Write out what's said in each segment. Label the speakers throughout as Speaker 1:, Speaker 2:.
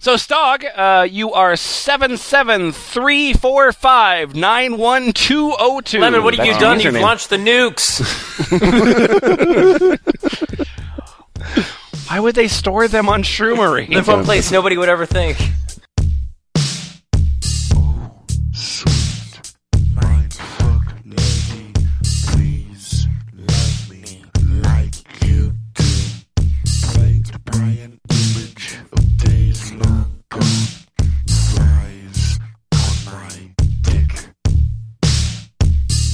Speaker 1: So, Stog, uh, you are seven seven three four five nine one two zero two.
Speaker 2: Lemon, what have you done? You've launched the nukes.
Speaker 1: Why would they store them on Shroomery?
Speaker 2: Live one place nobody would ever think.
Speaker 3: Mindfuck lady, please love me like you do. Like the Brian image of days long gone. Flies on my dick.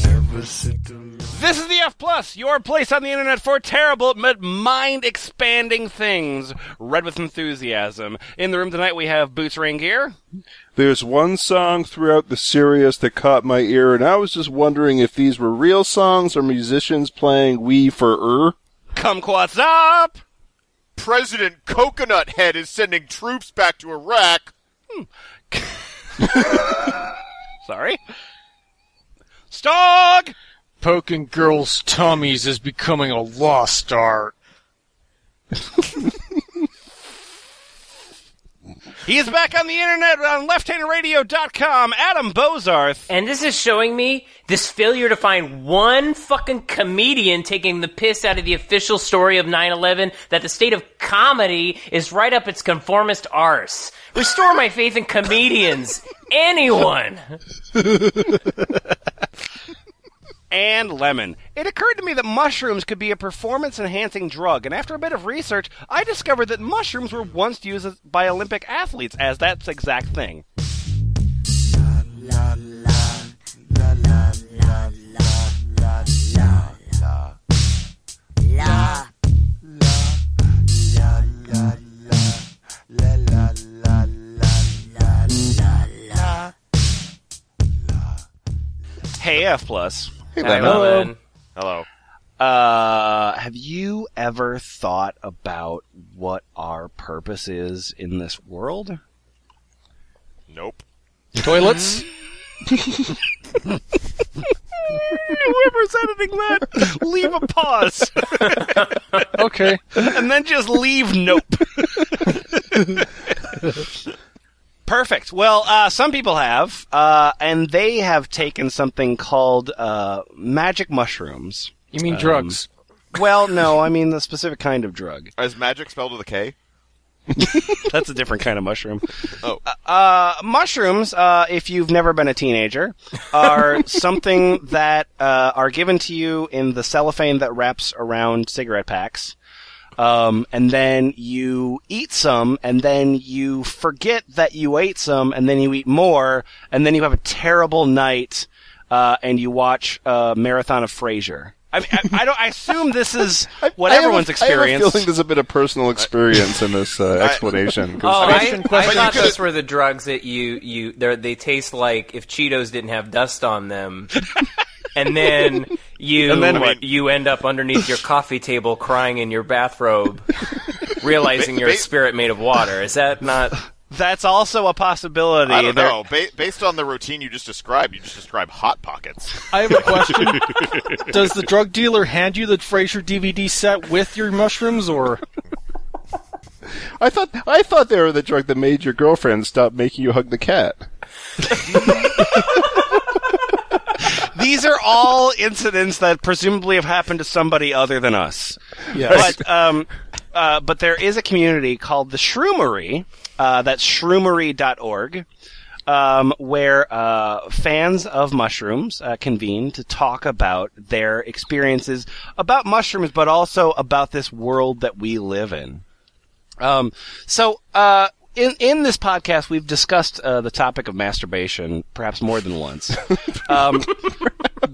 Speaker 3: Never sit alone.
Speaker 1: This is the F Plus, your place on the internet for terrible but mind-expanding things, read with enthusiasm. In the room tonight, we have Boots Rain Gear.
Speaker 4: There's one song throughout the series that caught my ear, and I was just wondering if these were real songs or musicians playing "We for Er."
Speaker 1: Kumquats up.
Speaker 5: President Coconut Head is sending troops back to Iraq.
Speaker 1: Sorry. Stog.
Speaker 6: Poking girls' tummies is becoming a lost art.
Speaker 1: He is back on the internet on lefthandradio.com. Adam Bozarth.
Speaker 2: And this is showing me this failure to find one fucking comedian taking the piss out of the official story of 9 11 that the state of comedy is right up its conformist arse. Restore my faith in comedians. Anyone.
Speaker 1: and lemon. It occurred to me that mushrooms could be a performance enhancing drug, and after a bit of research, I discovered that mushrooms were once used as- by Olympic athletes as that exact thing. Hey, F plus.
Speaker 2: Hi, Lemon.
Speaker 5: Hello.
Speaker 1: Uh, have you ever thought about what our purpose is in this world?
Speaker 5: Nope.
Speaker 6: Toilets?
Speaker 1: Whoever's editing that, leave a pause
Speaker 6: okay.
Speaker 1: and then just leave nope. Perfect. Well, uh, some people have, uh, and they have taken something called uh, magic mushrooms.
Speaker 6: You mean drugs?
Speaker 1: Well, no, I mean the specific kind of drug.
Speaker 5: Is magic spelled with a K?
Speaker 1: That's a different kind of mushroom.
Speaker 5: Oh.
Speaker 1: Uh, mushrooms, uh, if you've never been a teenager, are something that uh, are given to you in the cellophane that wraps around cigarette packs. Um, and then you eat some, and then you forget that you ate some, and then you eat more, and then you have a terrible night, uh, and you watch uh, Marathon of Frasier. I, mean, I, I don't. I assume this is what
Speaker 4: I have a-
Speaker 1: everyone's
Speaker 4: I have
Speaker 1: experienced.
Speaker 4: a feeling there's a bit of personal experience in this uh, explanation.
Speaker 2: Oh,
Speaker 4: 'cause-
Speaker 2: I, I
Speaker 5: question.
Speaker 2: thought
Speaker 5: But you
Speaker 2: those
Speaker 5: could've-
Speaker 2: were the drugs that you you they're- they taste like if Cheetos didn't have dust on them, and then you
Speaker 1: And then what?
Speaker 2: you end up underneath your coffee table crying in your bathrobe, realizing you're a
Speaker 5: Ba-
Speaker 2: spirit made of water. Is that not?
Speaker 1: That's also a possibility.
Speaker 5: I don't
Speaker 1: There-
Speaker 5: know. Ba- based on the routine you just described, you just described Hot Pockets.
Speaker 6: I have a question. Does the drug dealer hand you the Fraser DVD set with your mushrooms, or
Speaker 4: I thought I thought they were the drug that made your girlfriend stop making you hug the cat.
Speaker 1: These are all incidents that presumably have happened to somebody other than us.
Speaker 4: Yes.
Speaker 1: But um, uh, but there is a community called the Shroomery. Uh, that's shroomery.org. Um, where uh, fans of mushrooms uh, convene to talk about their experiences about mushrooms, but also about this world that we live in. Um, so, uh, in, in this podcast, we've discussed uh, the topic of masturbation perhaps more than once. Um,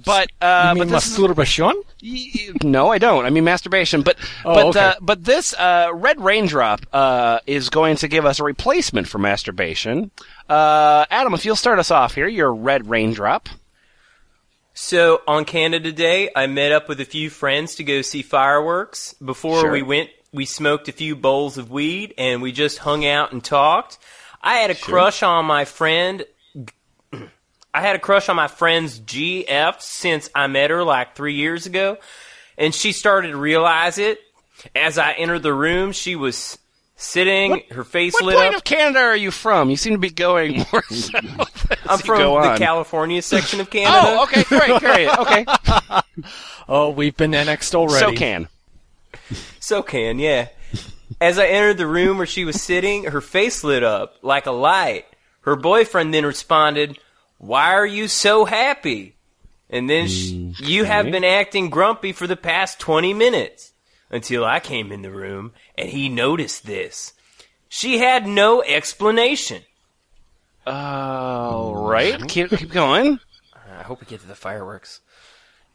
Speaker 1: but uh,
Speaker 6: I mean
Speaker 1: but this is
Speaker 6: masturbation?
Speaker 1: Y- No, I don't. I mean masturbation, but
Speaker 6: Oh,
Speaker 1: but
Speaker 6: okay.
Speaker 1: uh, but this uh, red raindrop uh, is going to give us a replacement for masturbation. Uh, Adam, if you'll start us off here, you're a red raindrop.
Speaker 2: So on Canada Day, I met up with a few friends to go see fireworks. Before
Speaker 1: Sure.
Speaker 2: we went, we smoked a few bowls of weed and we just hung out and talked. I had a crush on my friend. I had a crush on my friend's GF since I met her like three years ago, and she started to realize it. As I entered the room, she was sitting, her face
Speaker 1: What
Speaker 2: lit
Speaker 1: point
Speaker 2: up.
Speaker 1: of Canada are you from? You seem to be going more south.
Speaker 2: I'm
Speaker 1: as you
Speaker 2: from
Speaker 1: go
Speaker 2: the
Speaker 1: on.
Speaker 2: California section of Canada.
Speaker 1: Oh, okay, great, great, okay.
Speaker 6: Oh, we've been annexed already.
Speaker 1: So can.
Speaker 2: So can, yeah. As I entered the room where she was sitting, her face lit up like a light. Her boyfriend then responded, Why are you so happy? And then sh
Speaker 5: Mm,
Speaker 2: you have been acting grumpy for the past 20 minutes. Until I came in the room and he noticed this. She had no explanation.
Speaker 1: All Oh, right, keep, keep going.
Speaker 2: I hope we get to the fireworks.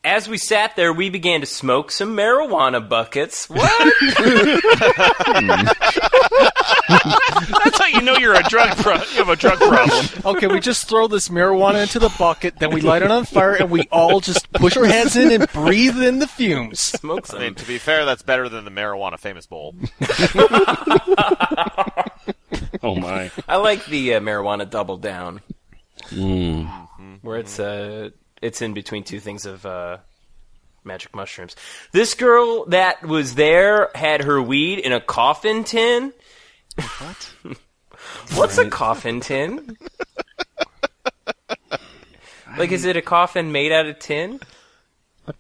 Speaker 2: As we sat there, we began to smoke some marijuana buckets. What?
Speaker 7: That's how you know you're a drug pro- you have a drug problem.
Speaker 6: Okay, we just throw this marijuana into the bucket, then we light it on fire, and we all just push our heads in and breathe in the fumes.
Speaker 2: smoke
Speaker 5: I mean,
Speaker 2: some.
Speaker 5: to be fair, that's better than the marijuana famous bowl.
Speaker 1: Oh my.
Speaker 2: I like the uh, marijuana double down, where it's uh, it's in between two things of uh, magic mushrooms. This girl that was there had her weed in a coffin tin. What? What's a coffin tin? like, is it a coffin made out of tin?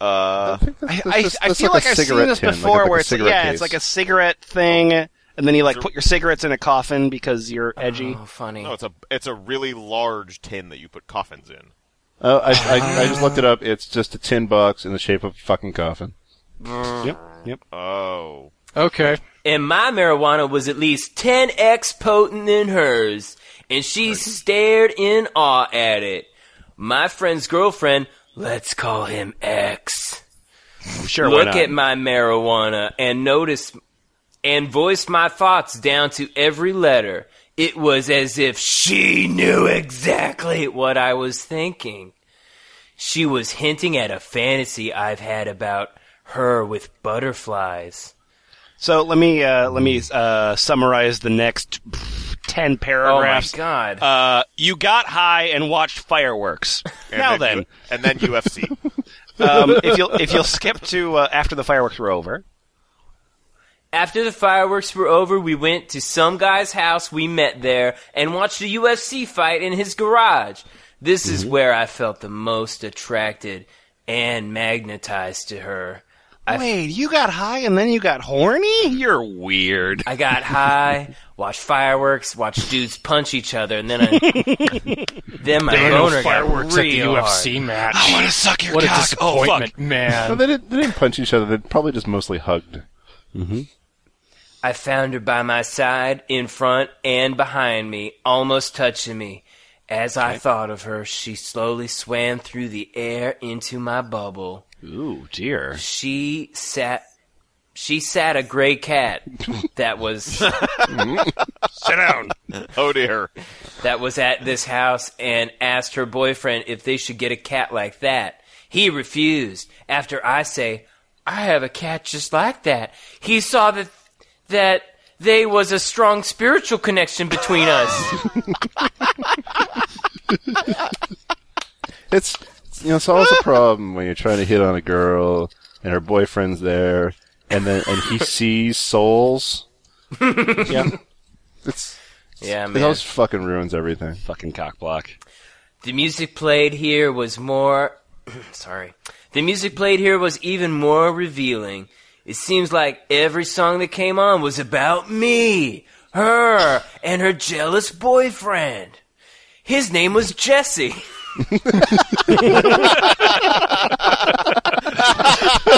Speaker 1: I,
Speaker 4: That's
Speaker 1: I,
Speaker 4: just-
Speaker 1: I
Speaker 4: that's
Speaker 1: feel like,
Speaker 4: a
Speaker 1: I've seen
Speaker 4: cigarette
Speaker 1: this
Speaker 4: tin, like a-
Speaker 1: before,
Speaker 4: like a
Speaker 1: where it's
Speaker 4: cigarette
Speaker 1: yeah,
Speaker 4: case.
Speaker 1: it's like a cigarette thing, and then you like put your cigarettes in a coffin because you're edgy.
Speaker 2: Oh, funny.
Speaker 5: No, it's a it's a really large tin that you put coffins in.
Speaker 4: Oh, I, I, I just looked it up. It's just a tin box in the shape of a fucking coffin.
Speaker 1: Yep, yep.
Speaker 5: Oh,
Speaker 6: Okay.
Speaker 2: and my marijuana was at least 10x potent than hers, and she stared in awe at it. My friend's girlfriend, let's call him X,
Speaker 6: Oh.
Speaker 1: Sure. why
Speaker 2: look
Speaker 1: not?
Speaker 2: at my marijuana and noticed and voiced my thoughts down to every letter. It was as if she knew exactly what I was thinking. She was hinting at a fantasy I've had about her with butterflies.
Speaker 1: So let me uh, let me uh, summarize the next ten
Speaker 2: Oh my
Speaker 1: paragraphs.
Speaker 2: god.
Speaker 1: Uh, you got high and watched fireworks.
Speaker 5: and
Speaker 1: now
Speaker 5: then,
Speaker 1: then,
Speaker 5: and then UFC.
Speaker 1: um, if you'll if you'll skip to uh, after the fireworks were over,
Speaker 2: After the fireworks were over, we went to some guy's house we met there and watched a UFC fight in his garage. This
Speaker 7: Mm-hmm.
Speaker 2: is where I felt the most attracted and magnetized to her.
Speaker 1: wait, you got high and then you got horny? You're weird.
Speaker 2: I got high, watched fireworks, watched dudes punch each other, and then I, then my
Speaker 7: There are no
Speaker 2: boner
Speaker 7: fireworks
Speaker 2: got
Speaker 7: at
Speaker 2: real
Speaker 7: the UFC match.
Speaker 1: I want to suck your
Speaker 6: What a
Speaker 1: cock. Oh fuck.
Speaker 6: disappointment,
Speaker 4: No,
Speaker 6: man.
Speaker 4: they didn't, they didn't punch each other. They probably just mostly hugged.
Speaker 2: I found her by my side, in front, and behind me, almost touching me. As I thought of her, she slowly swam through the air into my bubble.
Speaker 1: Ooh dear.
Speaker 2: She sat. She sat a gray cat that was
Speaker 7: Sit down.
Speaker 5: Oh dear.
Speaker 2: that was at this house and asked her boyfriend if they should get a cat like that. He refused. After I say, I have a cat just like that. He saw that that they was a strong spiritual connection between us.
Speaker 4: It's you know it's always a problem when you're trying to hit on a girl and her boyfriend's there, and then and he sees souls.
Speaker 1: Yeah.
Speaker 4: It's
Speaker 2: yeah,
Speaker 4: it
Speaker 2: man.
Speaker 4: always fucking ruins everything.
Speaker 1: Fucking cock block.
Speaker 2: The music played here was more. sorry. The music played here was even more revealing. It seems like every song that came on was about me, her, and her jealous boyfriend. His name was Jesse.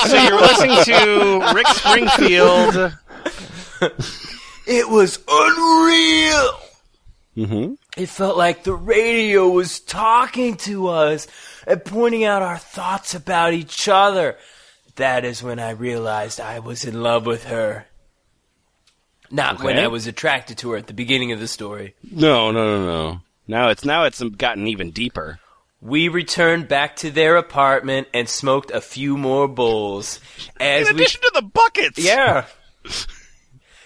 Speaker 1: So you're listening to Rick Springfield.
Speaker 2: It was unreal. It felt like the radio was talking to us and pointing out our thoughts about each other. That is when I realized I was in love with her. Not when
Speaker 1: Okay.
Speaker 2: I was attracted to her at the beginning of the story.
Speaker 1: No, no, no, no. Now it's now it's gotten even deeper.
Speaker 2: We returned back to their apartment and smoked a few more bowls. As
Speaker 7: In
Speaker 2: we
Speaker 7: addition to the buckets.
Speaker 2: Yeah.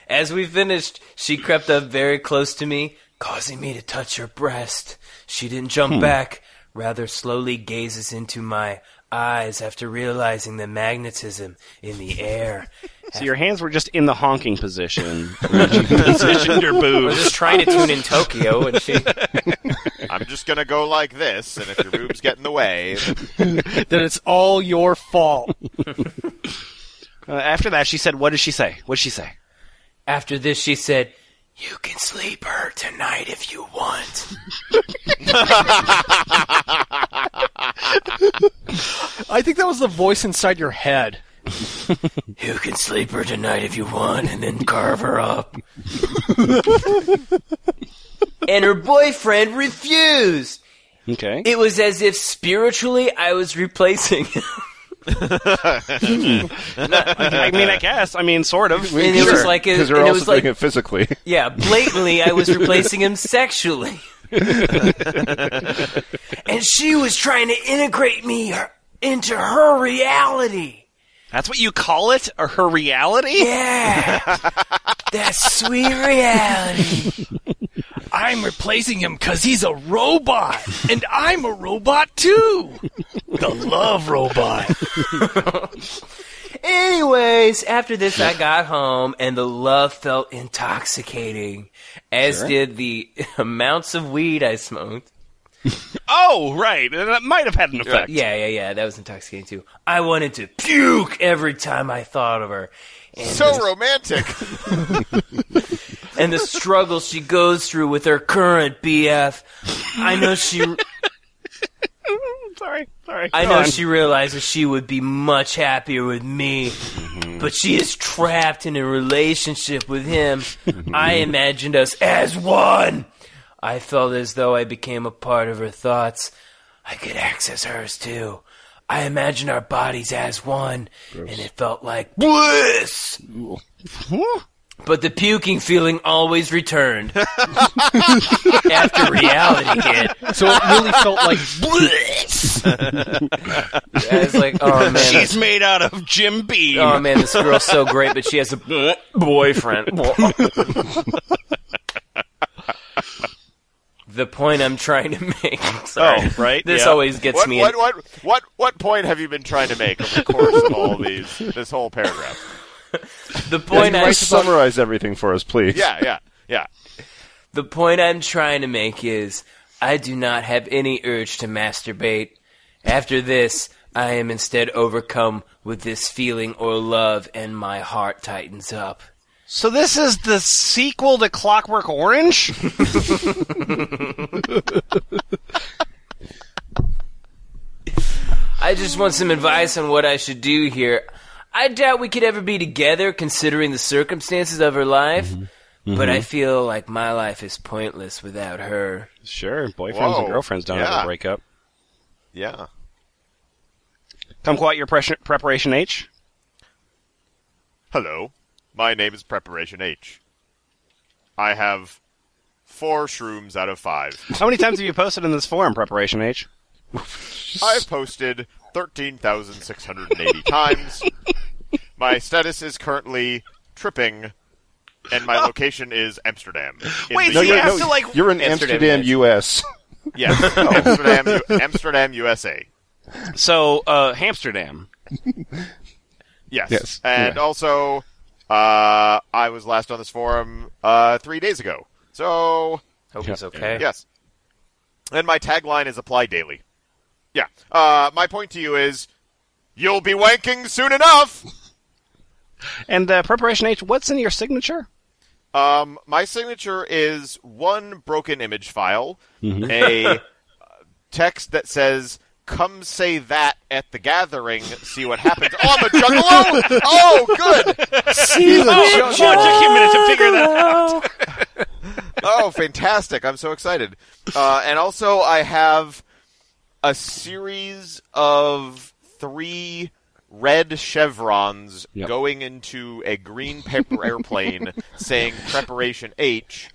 Speaker 2: As we finished, she crept up very close to me, causing me to touch her breast. She didn't jump back, rather slowly gazes into my eyes after realizing the magnetism in the air.
Speaker 1: So your hands were just in the honking position.
Speaker 7: Positioned your
Speaker 2: I was
Speaker 7: boobs.
Speaker 2: just trying to tune in Tokyo, and she.
Speaker 5: I'm just gonna go like this, and if your boobs get in the way,
Speaker 6: That it's all your fault.
Speaker 1: Uh, after that, she said, "What did she say? What did she say?"
Speaker 2: After this, she said, "You can sleep her tonight if you want."
Speaker 6: I think that was the voice inside your head.
Speaker 2: You can sleep her tonight if you want, and then carve her up. and her boyfriend refused.
Speaker 1: Okay.
Speaker 2: It was as if spiritually I was replacing him.
Speaker 1: I mean, I guess. I mean, sort of.
Speaker 2: And it was like,
Speaker 4: because
Speaker 2: and
Speaker 4: they're
Speaker 2: it
Speaker 4: also
Speaker 2: was like,
Speaker 4: doing it physically.
Speaker 2: yeah, blatantly, I was replacing him sexually. and she was trying to integrate me her, into her reality.
Speaker 1: That's what you call it, or her reality.
Speaker 2: Yeah, that sweet reality.
Speaker 6: I'm replacing him because he's a robot, and I'm a robot too. The love robot.
Speaker 2: Anyways, after this, I got home, and the love felt intoxicating, as did the amounts of weed I smoked.
Speaker 1: Oh, right. And That might have had an effect.
Speaker 2: Yeah, yeah, yeah. That was intoxicating too. I wanted to puke every time I thought of her. And,
Speaker 5: so romantic.
Speaker 2: and the struggle she goes through with her current BF. I know she
Speaker 1: Sorry, sorry.
Speaker 2: I
Speaker 1: Go
Speaker 2: know
Speaker 1: on.
Speaker 2: she realizes she would be much happier with me, but she is trapped in a relationship with him. I imagined us as one. I felt as though I became a part of her thoughts. I could access hers too. I imagined our bodies as one, and it felt like bliss. But the puking feeling always returned after reality hit.
Speaker 6: So it really felt like
Speaker 2: I was like, oh man,
Speaker 1: She's made out of Jim Beam.
Speaker 2: Oh man, this girl's so great, but she has a boyfriend. the point I'm trying to make. Sorry.
Speaker 7: Oh, right,
Speaker 2: This
Speaker 7: yeah.
Speaker 2: always gets
Speaker 5: What,
Speaker 2: me.
Speaker 5: what, what, what, what point have you been trying to make over the course of all these? This whole paragraph.
Speaker 2: the point I,
Speaker 4: Right, summarize everything for us, please.
Speaker 5: Yeah, yeah, yeah.
Speaker 2: the point I'm trying to make is I do not have any urge to masturbate. After this, I am instead overcome with this feeling or love, and my heart tightens up.
Speaker 1: So this is the sequel to Clockwork Orange?
Speaker 2: I just want some advice on what I should do here. I doubt we could ever be together considering the circumstances of her life, but I feel like my life is pointless without her.
Speaker 1: Sure, boyfriends
Speaker 5: Whoa.
Speaker 1: and girlfriends don't
Speaker 5: Yeah.
Speaker 1: ever break up.
Speaker 5: Yeah.
Speaker 1: Kumquat, your pres- preparation H?
Speaker 5: Hello. My name is Preparation H. I have four shrooms out of five.
Speaker 1: How many times have you posted in this forum, preparation H?
Speaker 5: I've posted 13,680 times. My status is currently tripping, and my location is Amsterdam. in
Speaker 1: Wait,
Speaker 5: the
Speaker 1: so you
Speaker 5: US.
Speaker 1: have to, like-
Speaker 4: You're in
Speaker 2: Amsterdam,
Speaker 4: Amsterdam,
Speaker 2: yes.
Speaker 4: U.S.
Speaker 5: Yes,
Speaker 1: Oh.
Speaker 5: Amsterdam, U- Amsterdam, USA.
Speaker 1: So, uh, Hamsterdam.
Speaker 5: Yes.
Speaker 4: Yes,
Speaker 5: And also, uh, I was last on this forum uh, three days ago. So,
Speaker 2: Hope it's okay.
Speaker 5: yes. And my tagline is apply daily. Yeah. Uh, my point to you is you'll be wanking soon enough.
Speaker 1: And uh, preparation H, what's in your signature?
Speaker 5: Um, my signature is one broken image file, a uh, text that says, "Come say that at the gathering. See what happens." oh, I'm a juggalo. Oh, good.
Speaker 7: Oh, it took you a minute to figure that out.
Speaker 5: oh, fantastic! I'm so excited. Uh, and also, I have a series of three red chevrons
Speaker 1: Yep.
Speaker 5: going into a green paper airplane saying "Preparation H."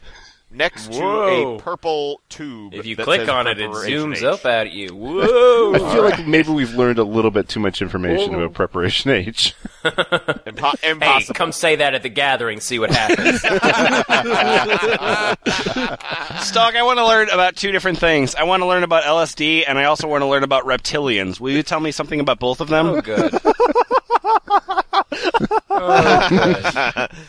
Speaker 5: next
Speaker 2: Whoa.
Speaker 5: to a purple tube.
Speaker 2: If you
Speaker 5: that
Speaker 2: click
Speaker 5: says
Speaker 2: on it, it
Speaker 5: Preparation
Speaker 2: zooms
Speaker 5: H.
Speaker 2: up at you. Whoa!
Speaker 4: I feel like maybe we've learned a little bit too much information about preparation H.
Speaker 5: Impo-
Speaker 2: Hey,
Speaker 5: impossible.
Speaker 2: come say that at the gathering, see what happens.
Speaker 1: Stock, I want to learn about two different things. I want to learn about LSD, and I also want to learn about reptilians. Will you tell me something about both of them?
Speaker 2: Oh, good. Oh, good.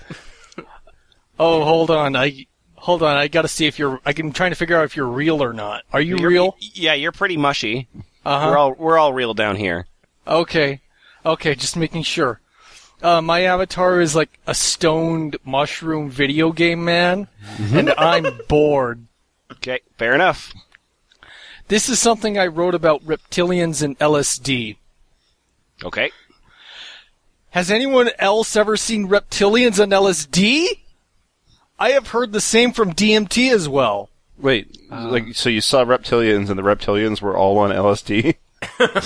Speaker 6: Oh, hold on. I hold on. I got to see if you're. I'm trying to figure out if you're real or not. Are you real?
Speaker 1: Yeah, you're pretty mushy.
Speaker 6: Uh
Speaker 1: We're all we're all real down here.
Speaker 6: Okay. Okay, just making sure. Uh, my avatar is like a stoned mushroom video game man, and I'm bored.
Speaker 1: Okay, fair enough.
Speaker 6: This is something I wrote about reptilians and LSD.
Speaker 1: Okay.
Speaker 6: Has anyone else ever seen reptilians on LSD? I have heard the same from DMT as well.
Speaker 4: Wait, like so you saw reptilians and the reptilians were all on LSD?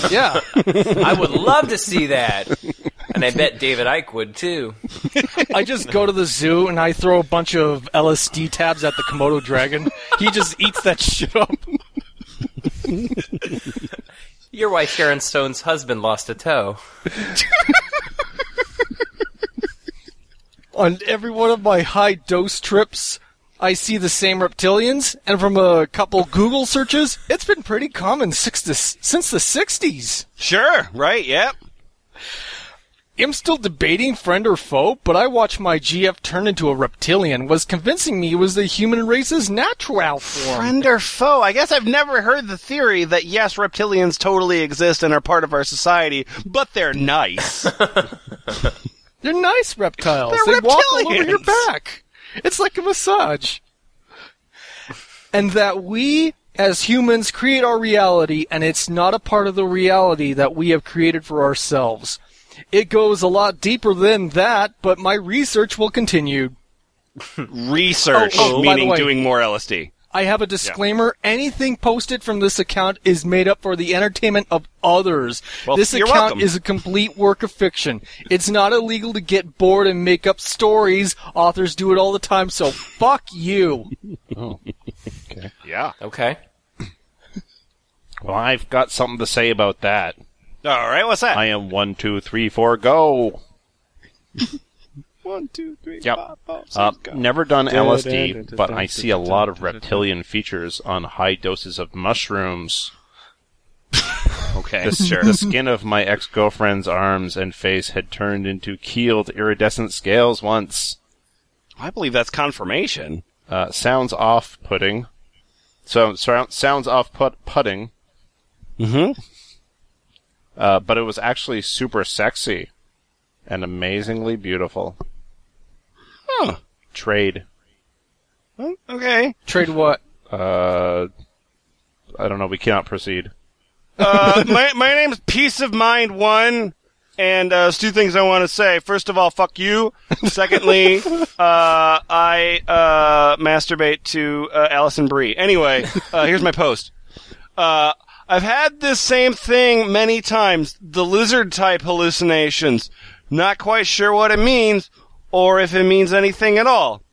Speaker 6: Yeah.
Speaker 2: I would love to see that. And I bet David Icke would too.
Speaker 6: I just go to the zoo and I throw a bunch of LSD tabs at the Komodo dragon. He just eats that shit up.
Speaker 2: Your wife Sharon Stone's husband lost a toe.
Speaker 6: On every one of my high dose trips, I see the same reptilians, and from a couple Google searches, it's been pretty common six to, since the 60s.
Speaker 1: Sure. Right. Yep.
Speaker 6: I'm still debating friend or foe, but I watched my GF turn into a reptilian, was convincing me it was the human race's natural form.
Speaker 1: Friend or foe? I guess I've never heard the theory that yes, reptilians totally exist and are part of our society, but they're nice.
Speaker 6: They're nice reptiles.
Speaker 1: They're
Speaker 6: they walk all over
Speaker 1: reptilians.
Speaker 6: your back. It's like a massage. And that we, as humans, create our reality, and it's not a part of the reality that we have created for ourselves. It goes a lot deeper than that, but my research will continue.
Speaker 1: Research,
Speaker 6: Oh, oh, by the
Speaker 1: meaning
Speaker 6: way-
Speaker 1: doing more LSD.
Speaker 6: I have a disclaimer. Anything posted from this account is made up for the entertainment of others.
Speaker 1: Well,
Speaker 6: this
Speaker 1: you're
Speaker 6: account
Speaker 1: welcome.
Speaker 6: is a complete work of fiction. It's not illegal to get bored and make up stories. Authors do it all the time, so fuck you.
Speaker 5: Yeah.
Speaker 2: Okay.
Speaker 4: Well, I've got something to say about that.
Speaker 1: All right. What's that?
Speaker 4: I am one, two, three, four, go.
Speaker 3: One, two, three,
Speaker 4: Yep.
Speaker 3: pop, pop, six,
Speaker 4: Uh,
Speaker 3: go.
Speaker 4: never done LSD, but I see a lot of reptilian features on high doses of mushrooms.
Speaker 1: okay.
Speaker 4: The,
Speaker 1: sure.
Speaker 4: the skin of my ex-girlfriend's arms and face had turned into keeled iridescent scales once.
Speaker 1: I believe that's confirmation.
Speaker 4: Uh, sounds off-putting. So, so sounds off-putting.
Speaker 1: Mm-hmm.
Speaker 4: Uh, but it was actually super sexy and amazingly beautiful.
Speaker 1: Huh.
Speaker 4: Trade.
Speaker 1: Okay.
Speaker 6: Trade what?
Speaker 4: Uh, I don't know. We cannot proceed.
Speaker 1: Uh, my my name's Peace of Mind One, and uh, there's two things I want to say. First of all, fuck you. Secondly, uh, I uh, masturbate to uh, Allison Brie. Anyway, uh, here's my post. Uh, I've had this same thing many times. The lizard type hallucinations. Not quite sure what it means, or if it means anything at all.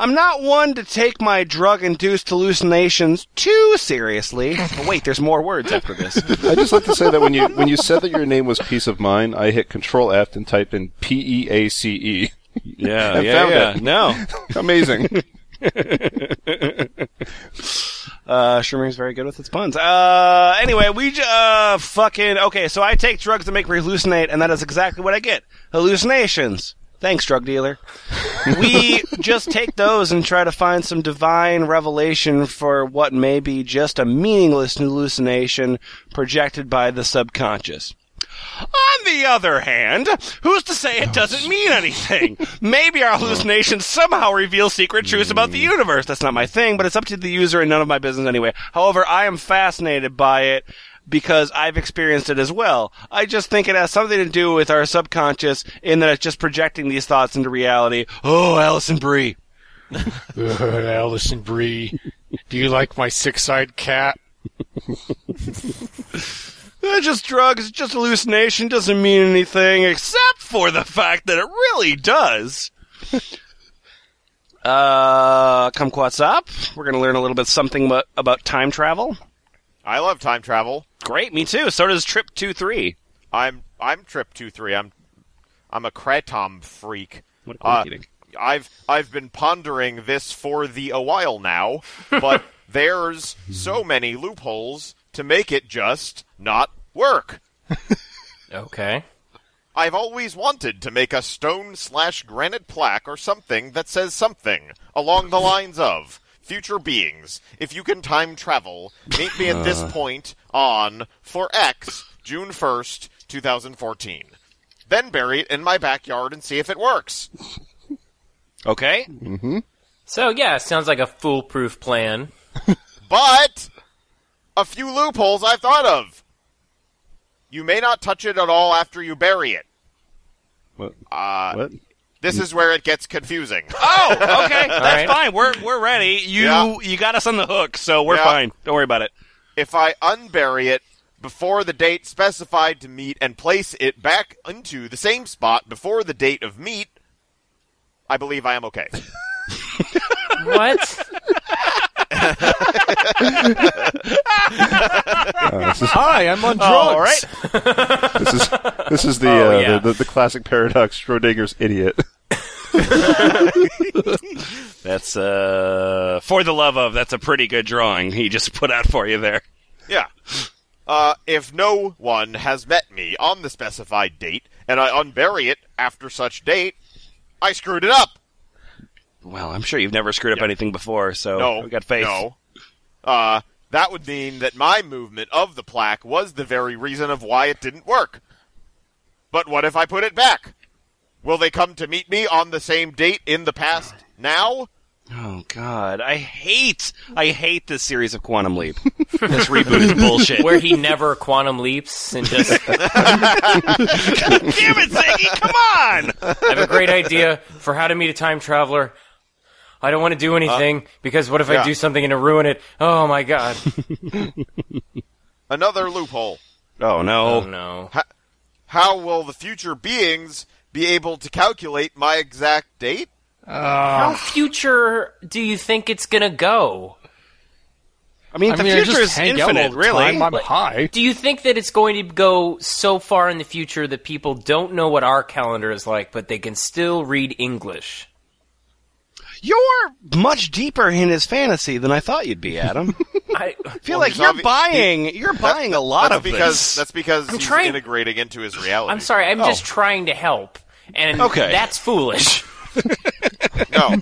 Speaker 1: I'm not one to take my drug induced hallucinations too seriously. Oh, wait, there's more words after this.
Speaker 4: I just like to say that when you when you said that your name was Peace of Mind, I hit Control F and typed in P E A C E.
Speaker 1: Yeah,
Speaker 4: I
Speaker 1: yeah,
Speaker 4: found
Speaker 1: yeah.
Speaker 4: it.
Speaker 1: No,
Speaker 4: Amazing.
Speaker 1: uh, Shimmering's very good with its puns. Uh, anyway, we j- uh fucking okay. So I take drugs that make me hallucinate, and that is exactly what I get: hallucinations. Thanks, drug dealer. we just take those and try to find some divine revelation for what may be just a meaningless hallucination projected by the subconscious. On the other hand, who's to say it doesn't mean anything? Maybe our hallucinations somehow reveal secret truths about the universe. That's not my thing, but it's up to the user and none of my business anyway. However, I am fascinated by it because I've experienced it as well. I just think it has something to do with our subconscious in that it's just projecting these thoughts into reality. Oh, Allison Brie.
Speaker 6: Allison Bree. Do you like my six-eyed cat?
Speaker 1: Eh, just drugs, it's just hallucination, doesn't mean anything except for the fact that it really does. Uh, Kumquats up. We're going to learn a little bit something about, about time travel.
Speaker 5: I love time travel.
Speaker 1: Great, me too. So does Trip 2 3.
Speaker 5: I'm I'm trip two three. I'm I'm a kratom freak.
Speaker 1: What a
Speaker 5: Uh,
Speaker 1: kidding.
Speaker 5: I've I've been pondering this for the a while now, but there's so many loopholes to make it just not work.
Speaker 2: Okay.
Speaker 5: I've always wanted to make a stone slash granite plaque or something that says something along the lines of future beings. If you can time travel, meet me at this point on for X June first, two thousand fourteen. Then bury it in my backyard and see if it works.
Speaker 1: Okay.
Speaker 2: So yeah, sounds like a foolproof plan.
Speaker 5: but a few loopholes I've thought of. You may not touch it at all after you bury it.
Speaker 4: What?
Speaker 5: Uh,
Speaker 4: What?
Speaker 5: This is where it gets confusing.
Speaker 1: Oh, okay. That's
Speaker 2: right.
Speaker 1: fine. We're we're ready. You
Speaker 5: Yeah.
Speaker 1: you got us on the hook, so we're
Speaker 5: Yeah.
Speaker 1: fine. Don't worry about it.
Speaker 5: if I unbury it before the date specified to meet and place it back into the same spot before the date of meet, I believe I am okay.
Speaker 2: What?
Speaker 4: Uh,
Speaker 6: Hi, I'm on drugs.
Speaker 1: All right.
Speaker 4: This is this is the,
Speaker 2: Oh,
Speaker 4: uh,
Speaker 2: yeah.
Speaker 4: the, the the classic paradox Schrodinger's idiot.
Speaker 1: That's uh for the love of. That's a pretty good drawing he just put out for you there.
Speaker 5: Yeah. Uh, if no one has met me on the specified date and I unbury it after such date, I screwed it up.
Speaker 1: Well, I'm sure you've never screwed up anything before, so
Speaker 5: No,
Speaker 1: Oh, we got faith.
Speaker 5: No, uh, that would mean that my movement of the plaque was the very reason of why it didn't work. But what if I put it back? Will they come to meet me on the same date in the past now?
Speaker 1: Oh God, I hate I hate this series of Quantum Leap. this reboot is bullshit.
Speaker 2: Where he never quantum leaps and just
Speaker 1: Damn it, Ziggy! Come on.
Speaker 2: I have a great idea for how to meet a time traveler. I don't want
Speaker 1: Uh,
Speaker 2: to do anything because what if
Speaker 5: yeah.
Speaker 2: I do something and it'll ruin it? Oh my god.
Speaker 5: Another loophole.
Speaker 1: Oh
Speaker 2: Oh
Speaker 1: no.
Speaker 2: no.
Speaker 5: How will the future beings be able to calculate my exact date?
Speaker 2: How future do you think it's gonna go?
Speaker 1: I mean,
Speaker 6: I
Speaker 1: the
Speaker 6: mean, I
Speaker 1: future
Speaker 6: just
Speaker 1: is
Speaker 6: hang out all
Speaker 1: infinite,
Speaker 6: the
Speaker 1: really.
Speaker 6: time. I'm high.
Speaker 2: Do you think that it's going to go so far in the future that people don't know what our calendar is like, but they can still read English?
Speaker 1: You're much deeper in his fantasy than I thought you'd be, Adam.
Speaker 2: I,
Speaker 1: I feel
Speaker 5: Well,
Speaker 1: like
Speaker 5: he's
Speaker 1: you're
Speaker 5: obvi-
Speaker 1: buying you're buying a lot
Speaker 5: that's
Speaker 1: of
Speaker 5: because
Speaker 1: this.
Speaker 5: that's because he's
Speaker 2: trying-
Speaker 5: integrating into his reality.
Speaker 2: I'm sorry, I'm
Speaker 1: Oh.
Speaker 2: just trying to help, and
Speaker 1: Okay.
Speaker 2: that's foolish.
Speaker 5: No.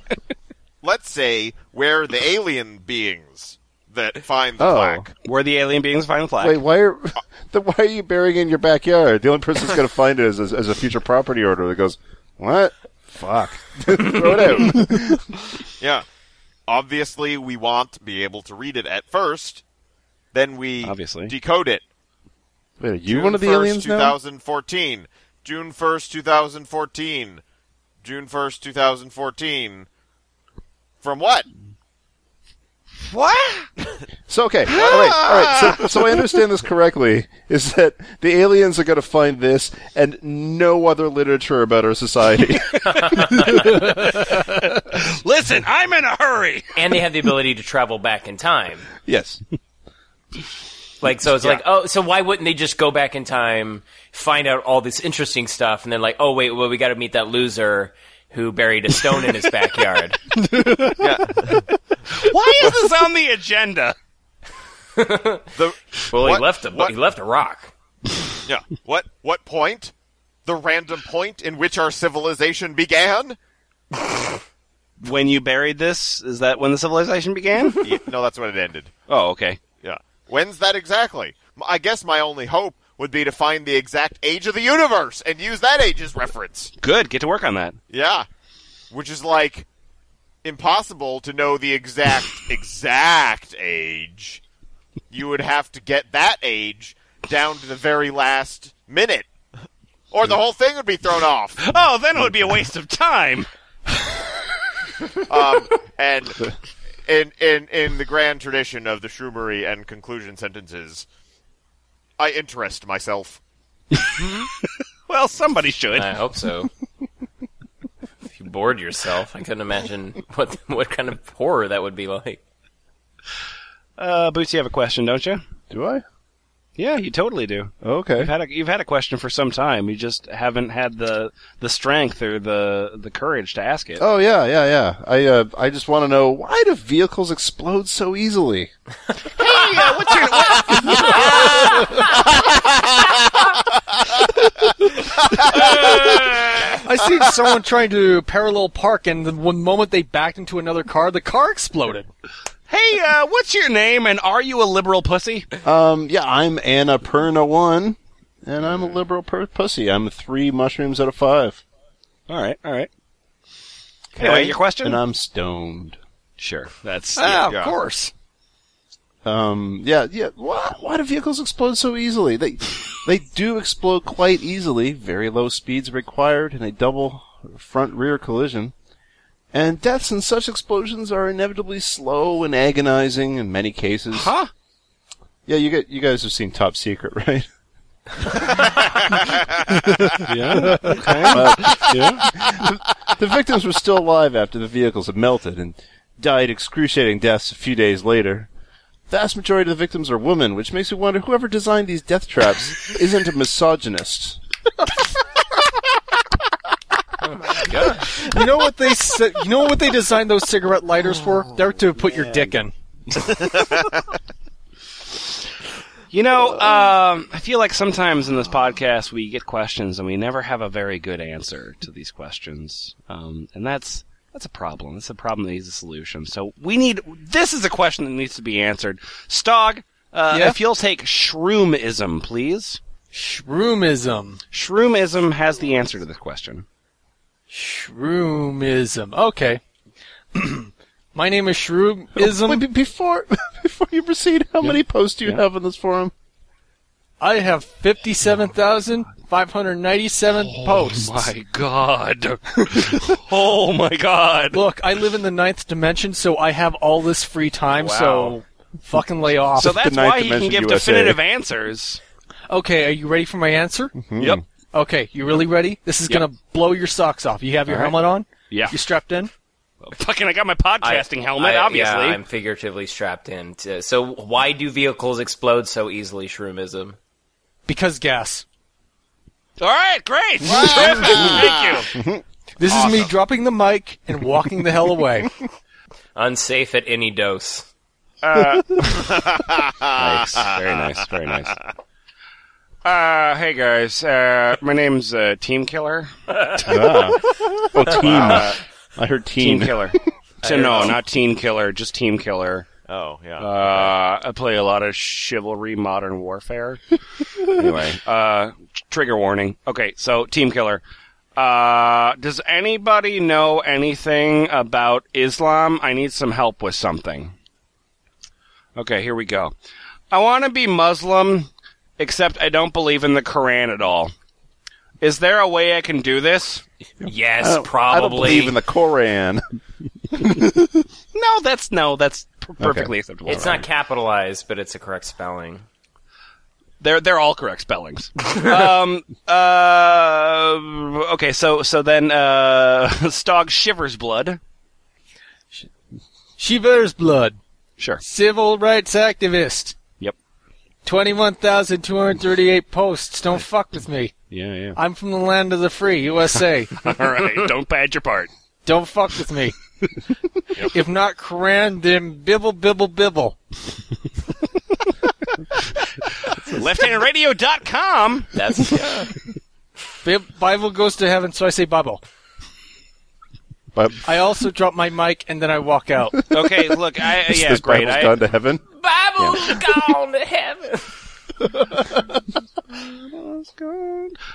Speaker 5: Let's say we're the alien beings that find the
Speaker 4: Oh.
Speaker 5: plaque.
Speaker 1: Were the alien beings fine flag?
Speaker 4: Wait, why are then why are you burying it in your backyard? The only person that's going to find it is, is is a future property order that goes, what? Fuck, throw it out.
Speaker 5: Yeah. Obviously, we want to be able to read it at first. Then we
Speaker 1: Obviously.
Speaker 5: decode it.
Speaker 4: Wait, are you
Speaker 5: June
Speaker 4: one of the
Speaker 5: 1st,
Speaker 4: aliens now?
Speaker 5: 2014. June 1st, 2014. June 1st, 2014. From what?
Speaker 1: What?
Speaker 4: So okay, all right, all right. So, so I understand this correctly is that the aliens are going to find this and no other literature about our society.
Speaker 1: Listen, I'm in a hurry.
Speaker 2: and they have the ability to travel back in time.
Speaker 4: yes,
Speaker 2: Like so, it's like oh, so why wouldn't they just go back in time, find out all this interesting stuff, and then like oh wait, well we got to meet that loser who buried a stone in his backyard.
Speaker 1: Why is this on the agenda?
Speaker 5: The
Speaker 2: Well,
Speaker 5: What?
Speaker 2: he left a
Speaker 5: What?
Speaker 2: he left a rock.
Speaker 5: yeah. What what point? The random point in which our civilization began?
Speaker 1: When you buried this, is that when the civilization began?
Speaker 5: Yeah, no, that's when it ended.
Speaker 1: oh, okay.
Speaker 5: Yeah. When's that exactly? M- I guess my only hope would be to find the exact age of the universe and use that age as reference.
Speaker 1: Good. Get to work on that.
Speaker 5: Yeah. Which is like impossible to know the exact exact age. You would have to get that age down to the very last minute. Or the whole thing would be thrown off.
Speaker 1: Oh, then it would be a waste of time.
Speaker 5: Um, and in in in the grand tradition of the shroomery and conclusion sentences, I interest myself.
Speaker 1: Well, somebody should.
Speaker 2: I hope so. if you board yourself. I couldn't imagine what what kind of horror that would be like.
Speaker 1: Uh, Boots, you have a question, don't you?
Speaker 4: Do I? Oh,
Speaker 1: Yeah, you totally do. You've
Speaker 4: Okay.
Speaker 1: had a, you've had a question for some time. You just haven't had the the strength or the the courage to ask it.
Speaker 4: Oh yeah, yeah, yeah. I uh, I just want to know why do vehicles explode so easily?
Speaker 1: Hey, uh, what's your what-
Speaker 6: I see someone trying to parallel park, and the one moment they backed into another car, the car exploded.
Speaker 1: Hey, uh, what's your name? And are you a liberal pussy?
Speaker 4: Um, yeah, I'm Anna Perna one, and I'm a liberal per- pussy. I'm three mushrooms out of five.
Speaker 1: All right, all right. Anyway, your question?
Speaker 4: And I'm stoned.
Speaker 1: sure, that's
Speaker 6: Ah,
Speaker 5: Yeah.
Speaker 6: of course.
Speaker 4: Um, yeah, yeah. Why, why do vehicles explode so easily? They they do explode quite easily. Very low speeds required, and a double front rear collision. And deaths in such explosions are inevitably slow and agonizing in many cases.
Speaker 1: huh?
Speaker 4: Yeah, you get you guys have seen Top Secret, right?
Speaker 1: Yeah.
Speaker 4: Uh, the victims were still alive after the vehicles had melted and died excruciating deaths a few days later. Vast majority of the victims are women, which makes me wonder whoever designed these death traps isn't a misogynist.
Speaker 6: You know what they said? You know what they designed those cigarette lighters for? They're to put your dick in.
Speaker 1: You know, um, I feel like sometimes in this podcast we get questions and we never have a very good answer to these questions, um, and that's that's a problem. That's a problem that needs a solution. So we need this is a question that needs to be answered. Stog, uh,
Speaker 6: Yeah?
Speaker 1: if you'll take shroomism, please.
Speaker 6: Shroomism.
Speaker 1: Shroomism has the answer to this question.
Speaker 6: Shroomism. Okay. My name is Shroomism.
Speaker 4: Wait, be- before before you proceed, how many posts do you
Speaker 1: Yeah.
Speaker 4: have on this forum?
Speaker 6: I have fifty-seven thousand five hundred ninety-seven posts.
Speaker 1: Oh My God! oh my God!
Speaker 6: Look, I live in the ninth dimension, so I have all this free time. So fucking lay off.
Speaker 1: So that's
Speaker 4: The ninth
Speaker 1: why he can
Speaker 4: dimension
Speaker 1: give
Speaker 4: USA.
Speaker 1: definitive answers.
Speaker 6: okay, are you ready for my answer?
Speaker 1: Yep.
Speaker 6: Okay, you really ready? This is
Speaker 1: Yep.
Speaker 6: gonna blow your socks off. You have your
Speaker 1: All right.
Speaker 6: helmet on.
Speaker 1: Yeah.
Speaker 6: You strapped in.
Speaker 1: Fucking, I got my podcasting helmet.
Speaker 2: I-
Speaker 1: obviously.
Speaker 2: yeah, I'm figuratively strapped in. To, so why do vehicles explode so easily? Shroomism.
Speaker 6: Because gas.
Speaker 1: All right, great. Terrific. Thank you.
Speaker 6: This is me dropping the mic and walking the hell away.
Speaker 2: Unsafe at any dose. Uh,
Speaker 1: nice. Very nice. Very nice. Uh, hey guys, uh, my name's uh, Team Killer.
Speaker 4: Oh, team. I heard
Speaker 1: Team
Speaker 4: team.
Speaker 1: Killer. So no, not Teen Killer, just Team Killer.
Speaker 5: Oh yeah.
Speaker 1: Uh, I play a lot of chivalry, modern warfare. anyway, uh, t- trigger warning. Okay, so Team Killer. Uh, does anybody know anything about Islam? I need some help with something. Okay, here we go. I want to be Muslim, except I don't believe in the Quran at all. Is there a way I can do this?
Speaker 2: Yes,
Speaker 4: I don't,
Speaker 2: probably.
Speaker 4: I don't believe in the Koran.
Speaker 1: No, that's no, that's per- perfectly acceptable.
Speaker 2: it's not capitalized, but it's a correct spelling.
Speaker 1: They're they're all correct spellings. um, uh, okay, so so then uh, Stog shivers blood.
Speaker 6: Shivers blood.
Speaker 1: Sure.
Speaker 6: Civil rights activist.
Speaker 1: Yep.
Speaker 6: 21,238 posts. Don't fuck with me.
Speaker 1: Yeah, yeah.
Speaker 6: I'm from the land of the free, USA.
Speaker 1: all right, don't pad your part.
Speaker 6: Don't fuck with me. If not Quran, then bibble, bibble, bibble.
Speaker 1: Lefthandradio.com.
Speaker 2: That's
Speaker 6: Bib- Bible goes to heaven, so I say Bible.
Speaker 4: But
Speaker 6: I also drop my mic and then I walk out.
Speaker 1: Okay, look, I yeah,
Speaker 4: this
Speaker 1: great.
Speaker 4: Bible's
Speaker 1: I-
Speaker 4: gone to heaven.
Speaker 2: Bible's gone to heaven.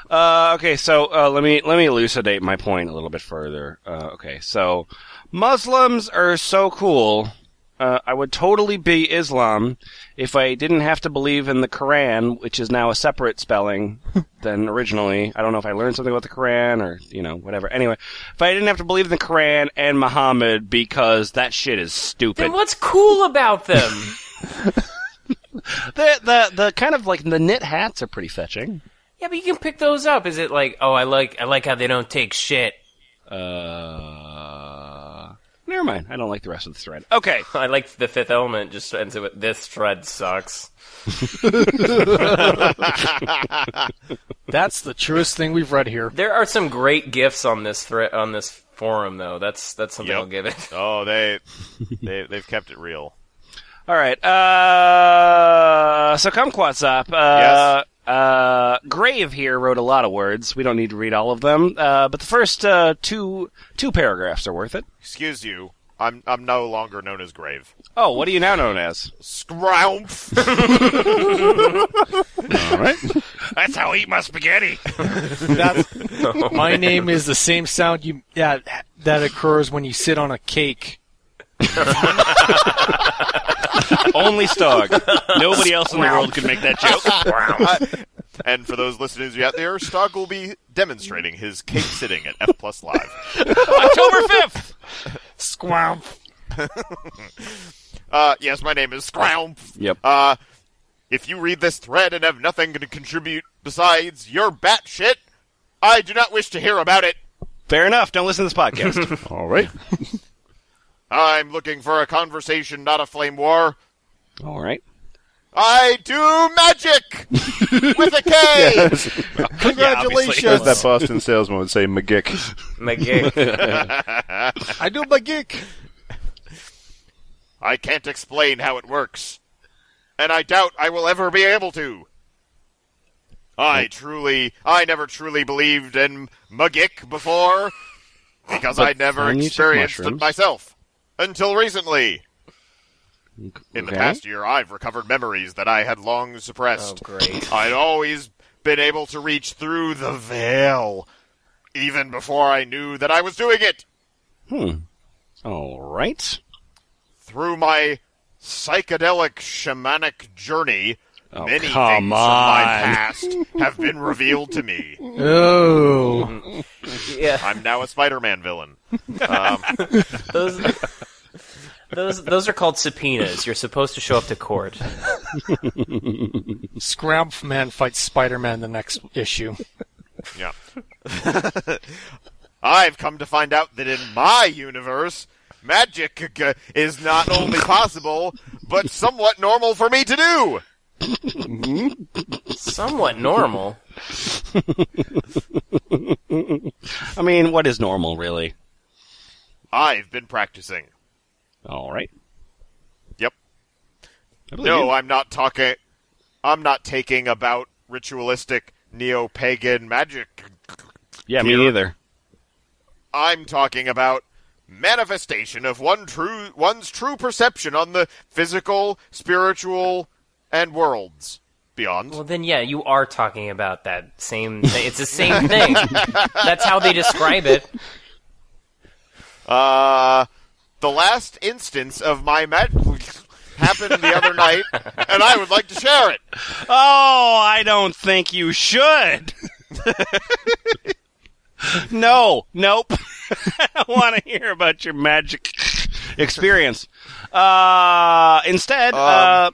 Speaker 1: Uh, okay, so uh, let me let me elucidate my point a little bit further. Uh, okay, so Muslims are so cool. Uh, I would totally be Islam if I didn't have to believe in the Quran, which is now a separate spelling than originally. I don't know if I learned something about the Quran or you know whatever. Anyway, if I didn't have to believe in the Quran and Muhammad because that shit is stupid.
Speaker 2: Then what's cool about them?
Speaker 1: The the the kind of like the knit hats are pretty fetching.
Speaker 2: yeah, but you can pick those up. Is it like, oh, I like, I like how they don't take shit.
Speaker 1: Uh, never mind. I don't like the rest of the thread. Okay.
Speaker 2: I like the fifth element just ends it with this thread sucks.
Speaker 6: That's the truest thing we've read here.
Speaker 2: There are some great gifts on this thread on this forum though. That's that's something
Speaker 5: Yep.
Speaker 2: I'll give it.
Speaker 5: Oh, they, they they've kept it real.
Speaker 1: All right. Uh, so Kumquat's up. Uh, uh, Grave here wrote a lot of words. We don't need to read all of them, uh, but the first uh, two two paragraphs are worth it.
Speaker 5: Excuse you. I'm I'm no longer known as Grave.
Speaker 1: Oh, what are you now known as?
Speaker 5: Scroumph.
Speaker 4: All right.
Speaker 7: That's how I eat my spaghetti.
Speaker 6: My name is the same sound you yeah, that occurs when you sit on a cake.
Speaker 1: Only Stog.
Speaker 7: Nobody else in the world could make that joke.
Speaker 5: and for those listeners out there, Stog will be demonstrating his cake sitting at F Plus Live.
Speaker 1: October fifth.
Speaker 6: Squamp.
Speaker 5: Uh, yes, my name is Scroumph.
Speaker 1: Yep.
Speaker 5: Uh, if you read this thread and have nothing to contribute besides your batshit, I do not wish to hear about it.
Speaker 1: Fair enough. Don't listen to this podcast.
Speaker 4: All right.
Speaker 5: I'm looking for a conversation, not a flame war.
Speaker 1: all right.
Speaker 5: I do magic with a K.
Speaker 4: As
Speaker 5: Congratulations.
Speaker 4: that Boston salesman would say, McGick.
Speaker 2: My gig.
Speaker 6: I do my gig.
Speaker 5: I can't explain how it works, and I doubt I will ever be able to. I truly, I never truly believed in magic before, because I never
Speaker 1: then you took
Speaker 5: experienced it
Speaker 1: mushrooms.
Speaker 5: myself until recently. In the
Speaker 1: Okay.
Speaker 5: past year, I've recovered memories that I had long
Speaker 2: Oh
Speaker 5: suppressed.
Speaker 2: great.
Speaker 5: I'd always been able to reach through the veil, even before I knew that I was doing it.
Speaker 1: All right.
Speaker 5: Through my psychedelic shamanic journey,
Speaker 1: come
Speaker 5: many things from my past have been revealed to me.
Speaker 6: Oh.
Speaker 2: Yeah.
Speaker 5: I'm now a Spider-Man villain.
Speaker 2: Those Those those are called subpoenas. You're supposed to show up to court.
Speaker 6: Scramp Man fights Spider Man the next issue.
Speaker 5: Yeah. I've come to find out that in my universe, magic g- is not only possible, but somewhat normal for me to do.
Speaker 2: Somewhat normal.
Speaker 1: I mean, what is normal, really?
Speaker 5: I've been practicing.
Speaker 1: All right.
Speaker 5: Yep.
Speaker 1: I believe
Speaker 5: No,
Speaker 1: you.
Speaker 5: I'm not talking. I'm not taking about ritualistic neo-pagan magic.
Speaker 1: yeah, me neither.
Speaker 5: I'm talking about manifestation of one true one's true perception on the physical, spiritual, and worlds beyond.
Speaker 2: Well, then, yeah, you are talking about that same thing. It's the same thing. That's how they describe it.
Speaker 5: Uh, the last instance of my magic happened the other night, and I would like to share it.
Speaker 1: Oh, I don't think you should. no, nope. I don't want to hear about your magic experience. Uh, instead, uh,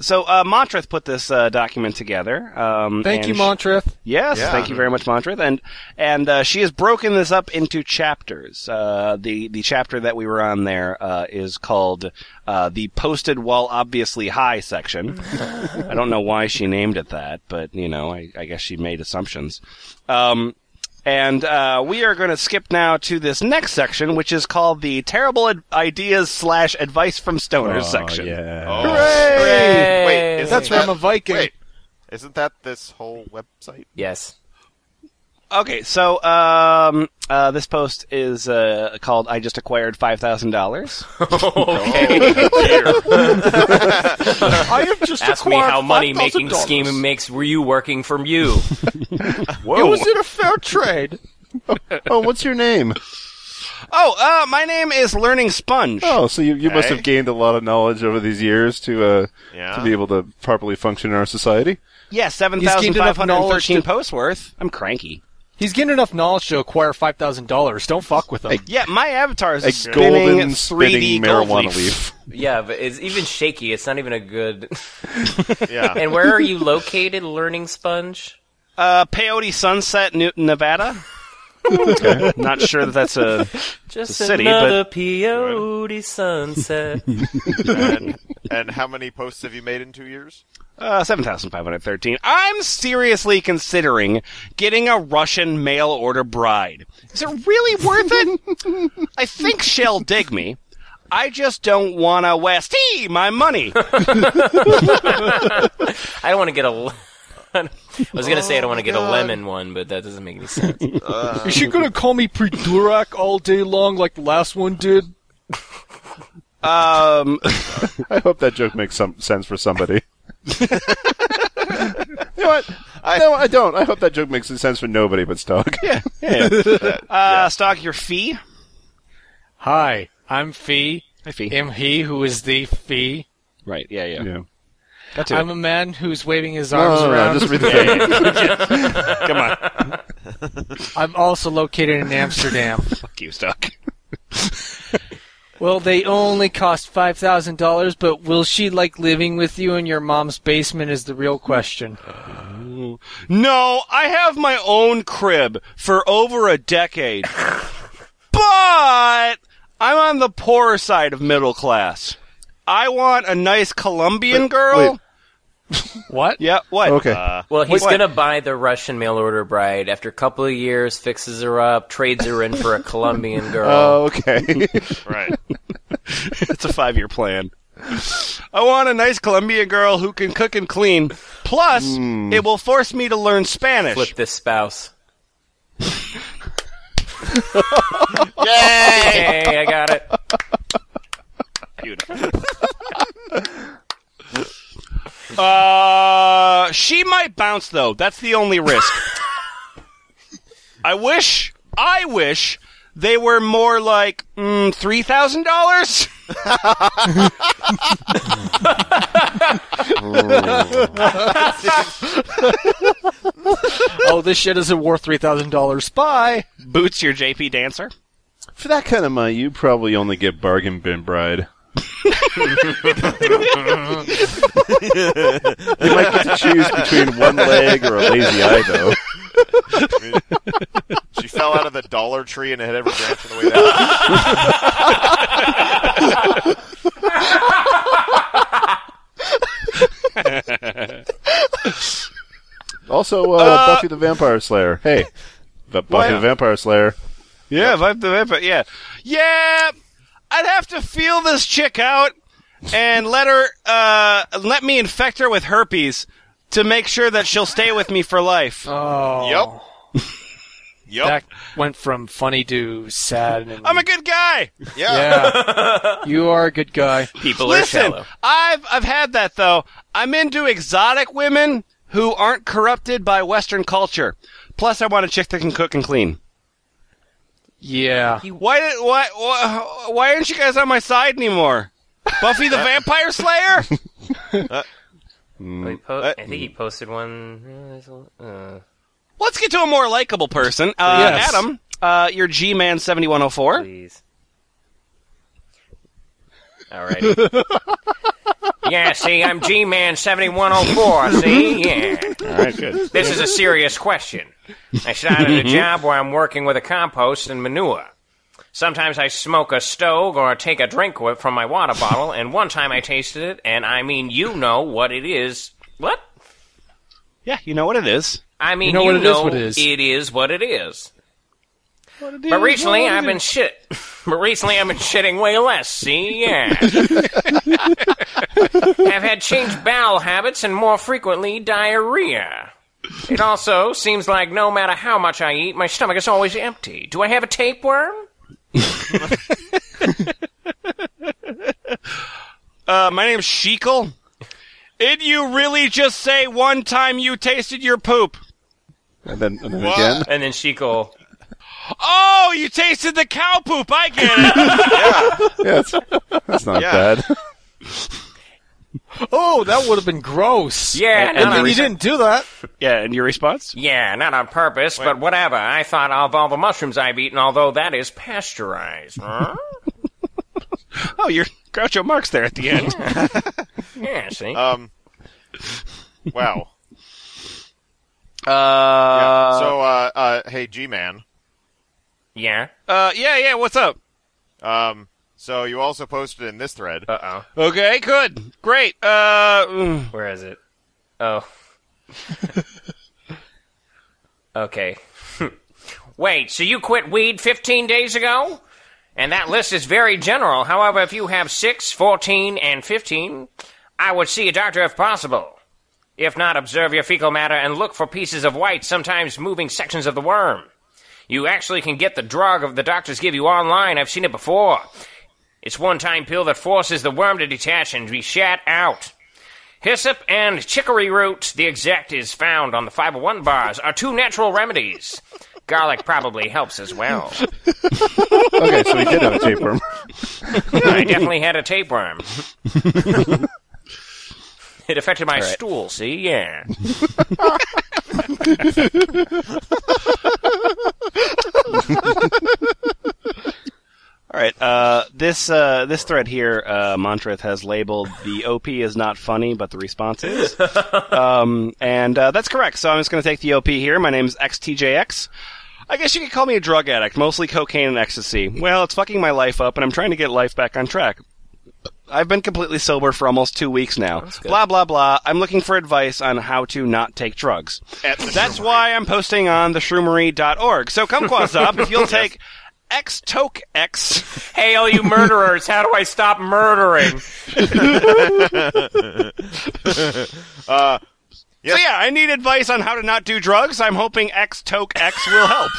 Speaker 1: so uh, Montreth put this uh, document together. Um,
Speaker 6: Thank
Speaker 1: and
Speaker 6: you,
Speaker 1: she-
Speaker 6: Montreth.
Speaker 1: Yes,
Speaker 5: Yeah.
Speaker 1: thank you very much, Montreth. And and uh, she has broken this up into chapters. Uh, the the chapter that we were on there uh, is called uh, the posted while obviously high section. I don't know why she named it that, but you know, I, I guess she made assumptions. Um, and uh, we are going to skip now to this next section, which is called the terrible ad- ideas slash advice from stoners section. Oh.
Speaker 4: Yeah.
Speaker 6: Hooray!
Speaker 5: Wait, isn't
Speaker 6: That's
Speaker 5: that,
Speaker 6: where I'm a Viking.
Speaker 5: Wait, isn't that this whole website?
Speaker 2: Yes.
Speaker 1: Okay, so um, uh, this post is uh, called "I just acquired five thousand dollars."
Speaker 2: Okay.
Speaker 6: I have just
Speaker 2: Ask me how money making scheme makes were you working from you.
Speaker 6: It was in a fair trade.
Speaker 4: Oh, what's your name?
Speaker 1: Oh, uh, my name is Learning Sponge.
Speaker 4: Oh, so you, you must have
Speaker 5: Hey.
Speaker 4: gained a lot of knowledge over these years to uh,
Speaker 5: Yeah.
Speaker 4: to be able to properly function in our society.
Speaker 1: Yeah, seven
Speaker 6: He's
Speaker 1: thousand
Speaker 6: gained
Speaker 1: five
Speaker 6: enough
Speaker 1: hundred
Speaker 6: knowledge
Speaker 1: thirteen
Speaker 6: to-
Speaker 1: posts worth. I'm cranky.
Speaker 6: He's getting enough knowledge to acquire five thousand dollars. Don't fuck with him.
Speaker 1: Yeah, my avatar is
Speaker 4: A
Speaker 1: a spinning
Speaker 4: golden
Speaker 1: 3D
Speaker 4: spinning
Speaker 1: gold
Speaker 4: marijuana
Speaker 1: leaf.
Speaker 4: leaf.
Speaker 2: yeah, but it's even shaky. It's not even a good.
Speaker 5: Yeah.
Speaker 2: And where are you located, Learning Sponge?
Speaker 1: Uh, Peyote Sunset, Newton, Nevada. Not sure that that's a.
Speaker 2: Just
Speaker 1: a city,
Speaker 2: another peyote sunset.
Speaker 5: and, and how many posts have you made in two years?
Speaker 1: Uh, 7,513. I'm seriously considering getting a Russian mail order bride. Is it really worth it? I think she'll dig me. I just don't want to West E my money.
Speaker 2: I don't want to get a. le- I was gonna say I don't want to get a lemon one, but that doesn't make any sense.
Speaker 6: Is she gonna call me Pridurak all day long like the last one did?
Speaker 1: Um,
Speaker 4: I hope that joke makes some sense for somebody. you know what?
Speaker 5: I-
Speaker 4: no, I don't. I hope that joke makes sense for nobody but Stock. Yeah.
Speaker 1: uh, Stock, your fee?
Speaker 8: Hi, I'm Fee.
Speaker 1: My fee.
Speaker 8: Am he who is the Fee.
Speaker 1: Right, yeah, yeah.
Speaker 4: yeah.
Speaker 1: That's it.
Speaker 8: I'm a man who's waving his
Speaker 4: No,
Speaker 8: arms
Speaker 4: no, no,
Speaker 8: around.
Speaker 4: Uh, just read the thing.
Speaker 1: Come on.
Speaker 8: I'm also located in Amsterdam.
Speaker 1: Fuck you, Stock.
Speaker 8: well, they only cost five thousand dollars, but will she like living with you in your mom's basement is the real question.
Speaker 1: No, I have my own crib for over a decade. but I'm on the poorer side of middle class. I want a nice Colombian girl.
Speaker 4: wait.
Speaker 8: What?
Speaker 1: Yeah, what?
Speaker 4: Okay.
Speaker 1: Uh,
Speaker 2: Well, he's
Speaker 1: Wait.
Speaker 2: gonna buy the Russian mail order bride after a couple of years, fixes her up, trades her in for a Colombian girl.
Speaker 4: Oh, okay.
Speaker 7: Right.
Speaker 1: it's a five year plan. I want a nice Colombian girl who can cook and clean. Plus,
Speaker 4: Hmm.
Speaker 1: it will force me to learn Spanish.
Speaker 2: Flip this spouse.
Speaker 5: Yay!
Speaker 2: Hey, I got it.
Speaker 1: Uh, she might bounce though. That's the only risk. I wish, I wish they were more like mm, three thousand dollars.
Speaker 6: oh, this shit isn't worth three thousand dollars. Spy.
Speaker 1: Boots your JP dancer.
Speaker 4: for that kind of money, you probably only get bargain bin bride. you might get to choose between one leg or a lazy eye, though.
Speaker 5: She fell out of the Dollar Tree and hit every branch on the way down.
Speaker 4: Also, uh, Buffy the Vampire Slayer. Hey, the Buffy
Speaker 1: Why-
Speaker 4: the Vampire Slayer.
Speaker 1: Yeah, vibe the vampire. Yeah, yeah. I'd have to feel this chick out and let her, uh, let me infect her with herpes to make sure that she'll stay with me for life.
Speaker 8: Oh,
Speaker 5: Yep. Yep.
Speaker 8: That went from funny to sad. And,
Speaker 1: I'm a good guy.
Speaker 5: yeah.
Speaker 8: yeah, you are a good guy.
Speaker 2: People are
Speaker 1: Listen,
Speaker 2: shallow.
Speaker 1: I've I've had that though. I'm into exotic women who aren't corrupted by Western culture. Plus, I want a chick that can cook and clean.
Speaker 8: Yeah,
Speaker 1: Why did why why, why aren't you guys on my side anymore? Buffy the Vampire Slayer?
Speaker 2: He po- I think he posted one. Uh,
Speaker 1: Let's get to a more likable person. Uh,
Speaker 6: Yes.
Speaker 1: Adam, uh, you're G Man seventy one oh four.
Speaker 2: please. Alrighty. yeah, see, I'm G Man 7104, see? Yeah.
Speaker 4: All right, good.
Speaker 2: This is a serious question. I started a job where I'm working with a compost and manure. Sometimes I smoke a stove or take a drink wi- from my water bottle, and one time I tasted it, and I mean, you know what it is. What?
Speaker 1: Yeah, you know what it is.
Speaker 2: I mean, you
Speaker 8: know
Speaker 2: know,
Speaker 8: what it is, what it is.
Speaker 2: it is what it is. But recently, I've been shit. But recently, I've been shitting way less. See, yeah. I've had changed bowel habits and more frequently diarrhea. It also seems like no matter how much I eat, my stomach is always empty. Do I have a tapeworm?
Speaker 1: Uh, my name's Sheikle. Did you really just say one time you tasted your poop?
Speaker 4: And then, and then again.
Speaker 2: And then Sheikle.
Speaker 1: Oh, you tasted the cow poop. I get it.
Speaker 4: Yeah, that's, that's not
Speaker 5: Yeah.
Speaker 4: bad.
Speaker 6: Oh, that would have been gross.
Speaker 2: Yeah,
Speaker 6: And
Speaker 2: not
Speaker 6: then
Speaker 2: on,
Speaker 6: you didn't do that.
Speaker 1: Yeah, and your response?
Speaker 2: yeah, not on purpose, but whatever. I thought of all the mushrooms I've eaten, although that is pasteurized. Huh?
Speaker 1: Oh, you're Groucho Marx there at the end.
Speaker 2: yeah, see?
Speaker 8: Uh,
Speaker 5: Um. Wow.
Speaker 1: Uh,
Speaker 5: uh, so, uh, uh, hey, G Man,
Speaker 2: Yeah.
Speaker 1: Uh, yeah, yeah. What's up?
Speaker 5: Um, so you also posted in this thread.
Speaker 1: Uh-uh.
Speaker 2: Uh oh.
Speaker 1: Okay, good, great. Uh, mm,
Speaker 2: Where is it? Oh. okay. Wait, so you quit weed 15 days ago? And that list is very general. However, if you have 6, 14, and 15, I would see a doctor if possible. If not, observe your fecal matter and look for pieces of white, sometimes moving sections of the worm. You actually can get the drug of the doctors give you online. I've seen it before. It's one time pill that forces the worm to detach and be shat out. Hyssop and chicory root, the exact is found on the Fiber One bars, are two natural remedies. Garlic probably helps as well.
Speaker 4: Okay, so he did have a tapeworm.
Speaker 2: I definitely had a tapeworm. it affected my stool, see? Yeah.
Speaker 1: all right. Uh, this uh, this thread here, uh, Montreth has labeled the OP is not funny, but the response is, um, and uh, that's correct. So I'm just going to take the OP here. My name's XTJX. I guess you could call me a drug addict, mostly cocaine and ecstasy. Well, it's fucking my life up, and I'm trying to get life back on track. I've been completely sober for almost two weeks now. Blah blah blah. I'm looking for advice on how to not take drugs. That's why I'm posting on theshroomery.org. So come Quasop, if you'll take X Toke X.
Speaker 2: Hey, all you murderers, how do I stop murdering?
Speaker 1: So yeah, I need advice on how to not do drugs. I'm hoping X Toke X will help.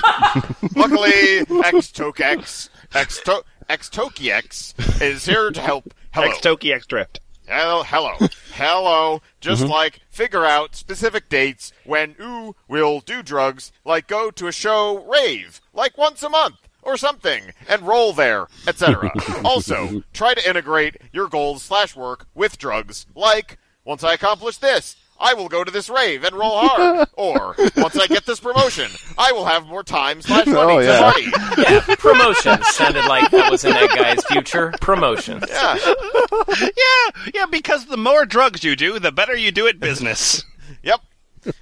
Speaker 5: Luckily, Xtokex, Xto- Xtokiex is here to help. Hello.
Speaker 1: X Toke X Drift.
Speaker 5: hello, hello, hello. Just
Speaker 4: Mm-hmm.
Speaker 5: like figure out specific dates when ooh will do drugs, like go to a show rave, like once a month or something, and roll there, etc. also, try to integrate your goals slash work with drugs, like once I accomplish this. I will go to this rave and roll hard. Or once I get this promotion, I will have more time slash money
Speaker 4: Oh,
Speaker 5: to
Speaker 4: yeah.
Speaker 5: party.
Speaker 2: yeah, promotion sounded like that was in that guy's future. Promotion.
Speaker 5: Yeah.
Speaker 1: Yeah, yeah, because the more drugs you do, the better you do at business.
Speaker 5: Yep.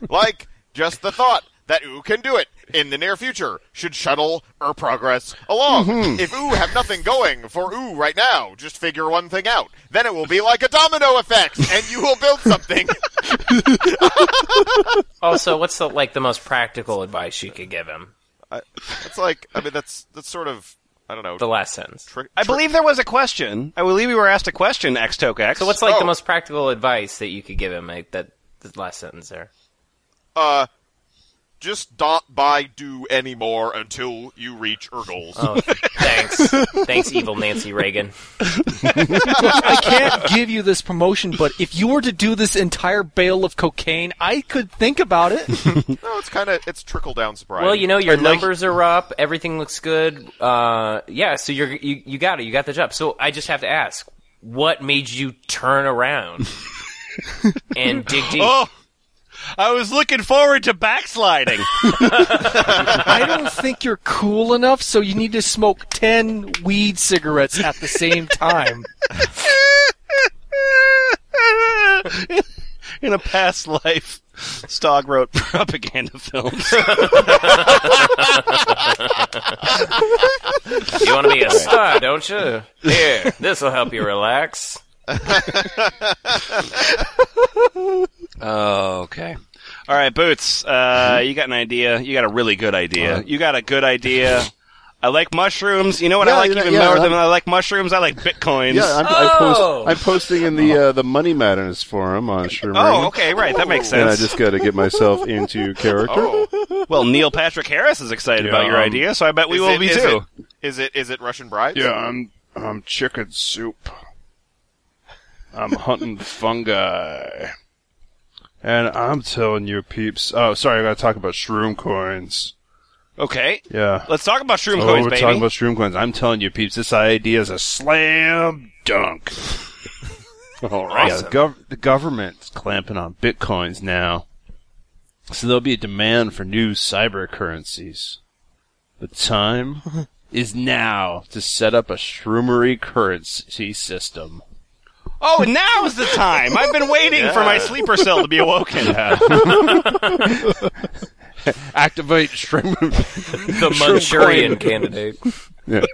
Speaker 5: Like, just the thought that Ooh can do it in the near future should shuttle or progress along. If Ooh have nothing going for Ooh right now, just figure one thing out. Then it will be like a domino effect, and you will build something.
Speaker 2: Also, what's the like the most practical advice you could give him?
Speaker 5: it's like, I mean, that's that's sort of, I don't know.
Speaker 2: The last sentence.
Speaker 5: tri-
Speaker 1: I
Speaker 5: tri-
Speaker 1: believe there was a question. I believe we were asked a question, X Toke X.
Speaker 2: So, what's like
Speaker 5: Oh.
Speaker 2: the most practical advice that you could give him? Like, that the last sentence there.
Speaker 5: uh, just don't buy do anymore until you reach your goals.
Speaker 1: Um,
Speaker 2: Oh, thanks, thanks, evil Nancy Reagan.
Speaker 6: I can't give you this promotion, but if you were to do this entire bale of cocaine, I could think about it.
Speaker 5: No, it's kind of it's trickle down sobriety.
Speaker 2: Well, you know your numbers are up. Everything looks good. Uh, yeah, so you're you, you got it. You got the job. So I just have to ask, what made you turn around and dig deep?
Speaker 1: Oh, I was looking forward to backsliding.
Speaker 6: I don't think you're cool enough, so you need to smoke 10 weed cigarettes at the same time.
Speaker 1: In a past life, Stog wrote propaganda films.
Speaker 2: You want to be a star, don't you? Here, this will help you relax.
Speaker 1: Oh, okay. All right, Boots.
Speaker 4: Mm-hmm.
Speaker 1: Uh, you got an idea. You got a really good idea. you got a good idea. I like mushrooms. You know what I
Speaker 4: Yeah,
Speaker 1: like
Speaker 4: you know-
Speaker 1: even
Speaker 4: yeah,
Speaker 1: more than
Speaker 4: I'm-
Speaker 1: I like mushrooms. I like bitcoins.
Speaker 4: Yeah, I'm, I post,
Speaker 2: Oh!
Speaker 4: I'm posting in the uh, the money matters forum on Shroomery.
Speaker 1: oh, okay, right. That makes
Speaker 4: And I
Speaker 1: sense. Oh.
Speaker 4: just got to get myself into character.
Speaker 5: Oh.
Speaker 1: Well, Neil Patrick Harris is excited about your
Speaker 4: um,
Speaker 1: idea, so I bet we will be
Speaker 5: is
Speaker 1: too.
Speaker 5: It, is it is it Russian bribes?
Speaker 4: I'm I'm chicken soup. I'm hunting fungi. And I'm telling you peeps. Oh, sorry, I got to talk about shroom coins.
Speaker 1: Okay,
Speaker 4: Yeah.
Speaker 1: let's talk about shroom
Speaker 4: Oh,
Speaker 1: coins,
Speaker 4: we're
Speaker 1: baby.
Speaker 4: talking about shroom coins. I'm telling you, peeps, this idea is a slam dunk. All right. the, gov- the government's clamping on bitcoins now, so there'll be a demand for new cyber currencies. The time is now to set up a shroomery currency system.
Speaker 1: oh, now's the time. I've been waiting for my sleeper cell to be awoken.
Speaker 4: Activate shrimp.
Speaker 2: The Manchurian candidate.
Speaker 4: yeah.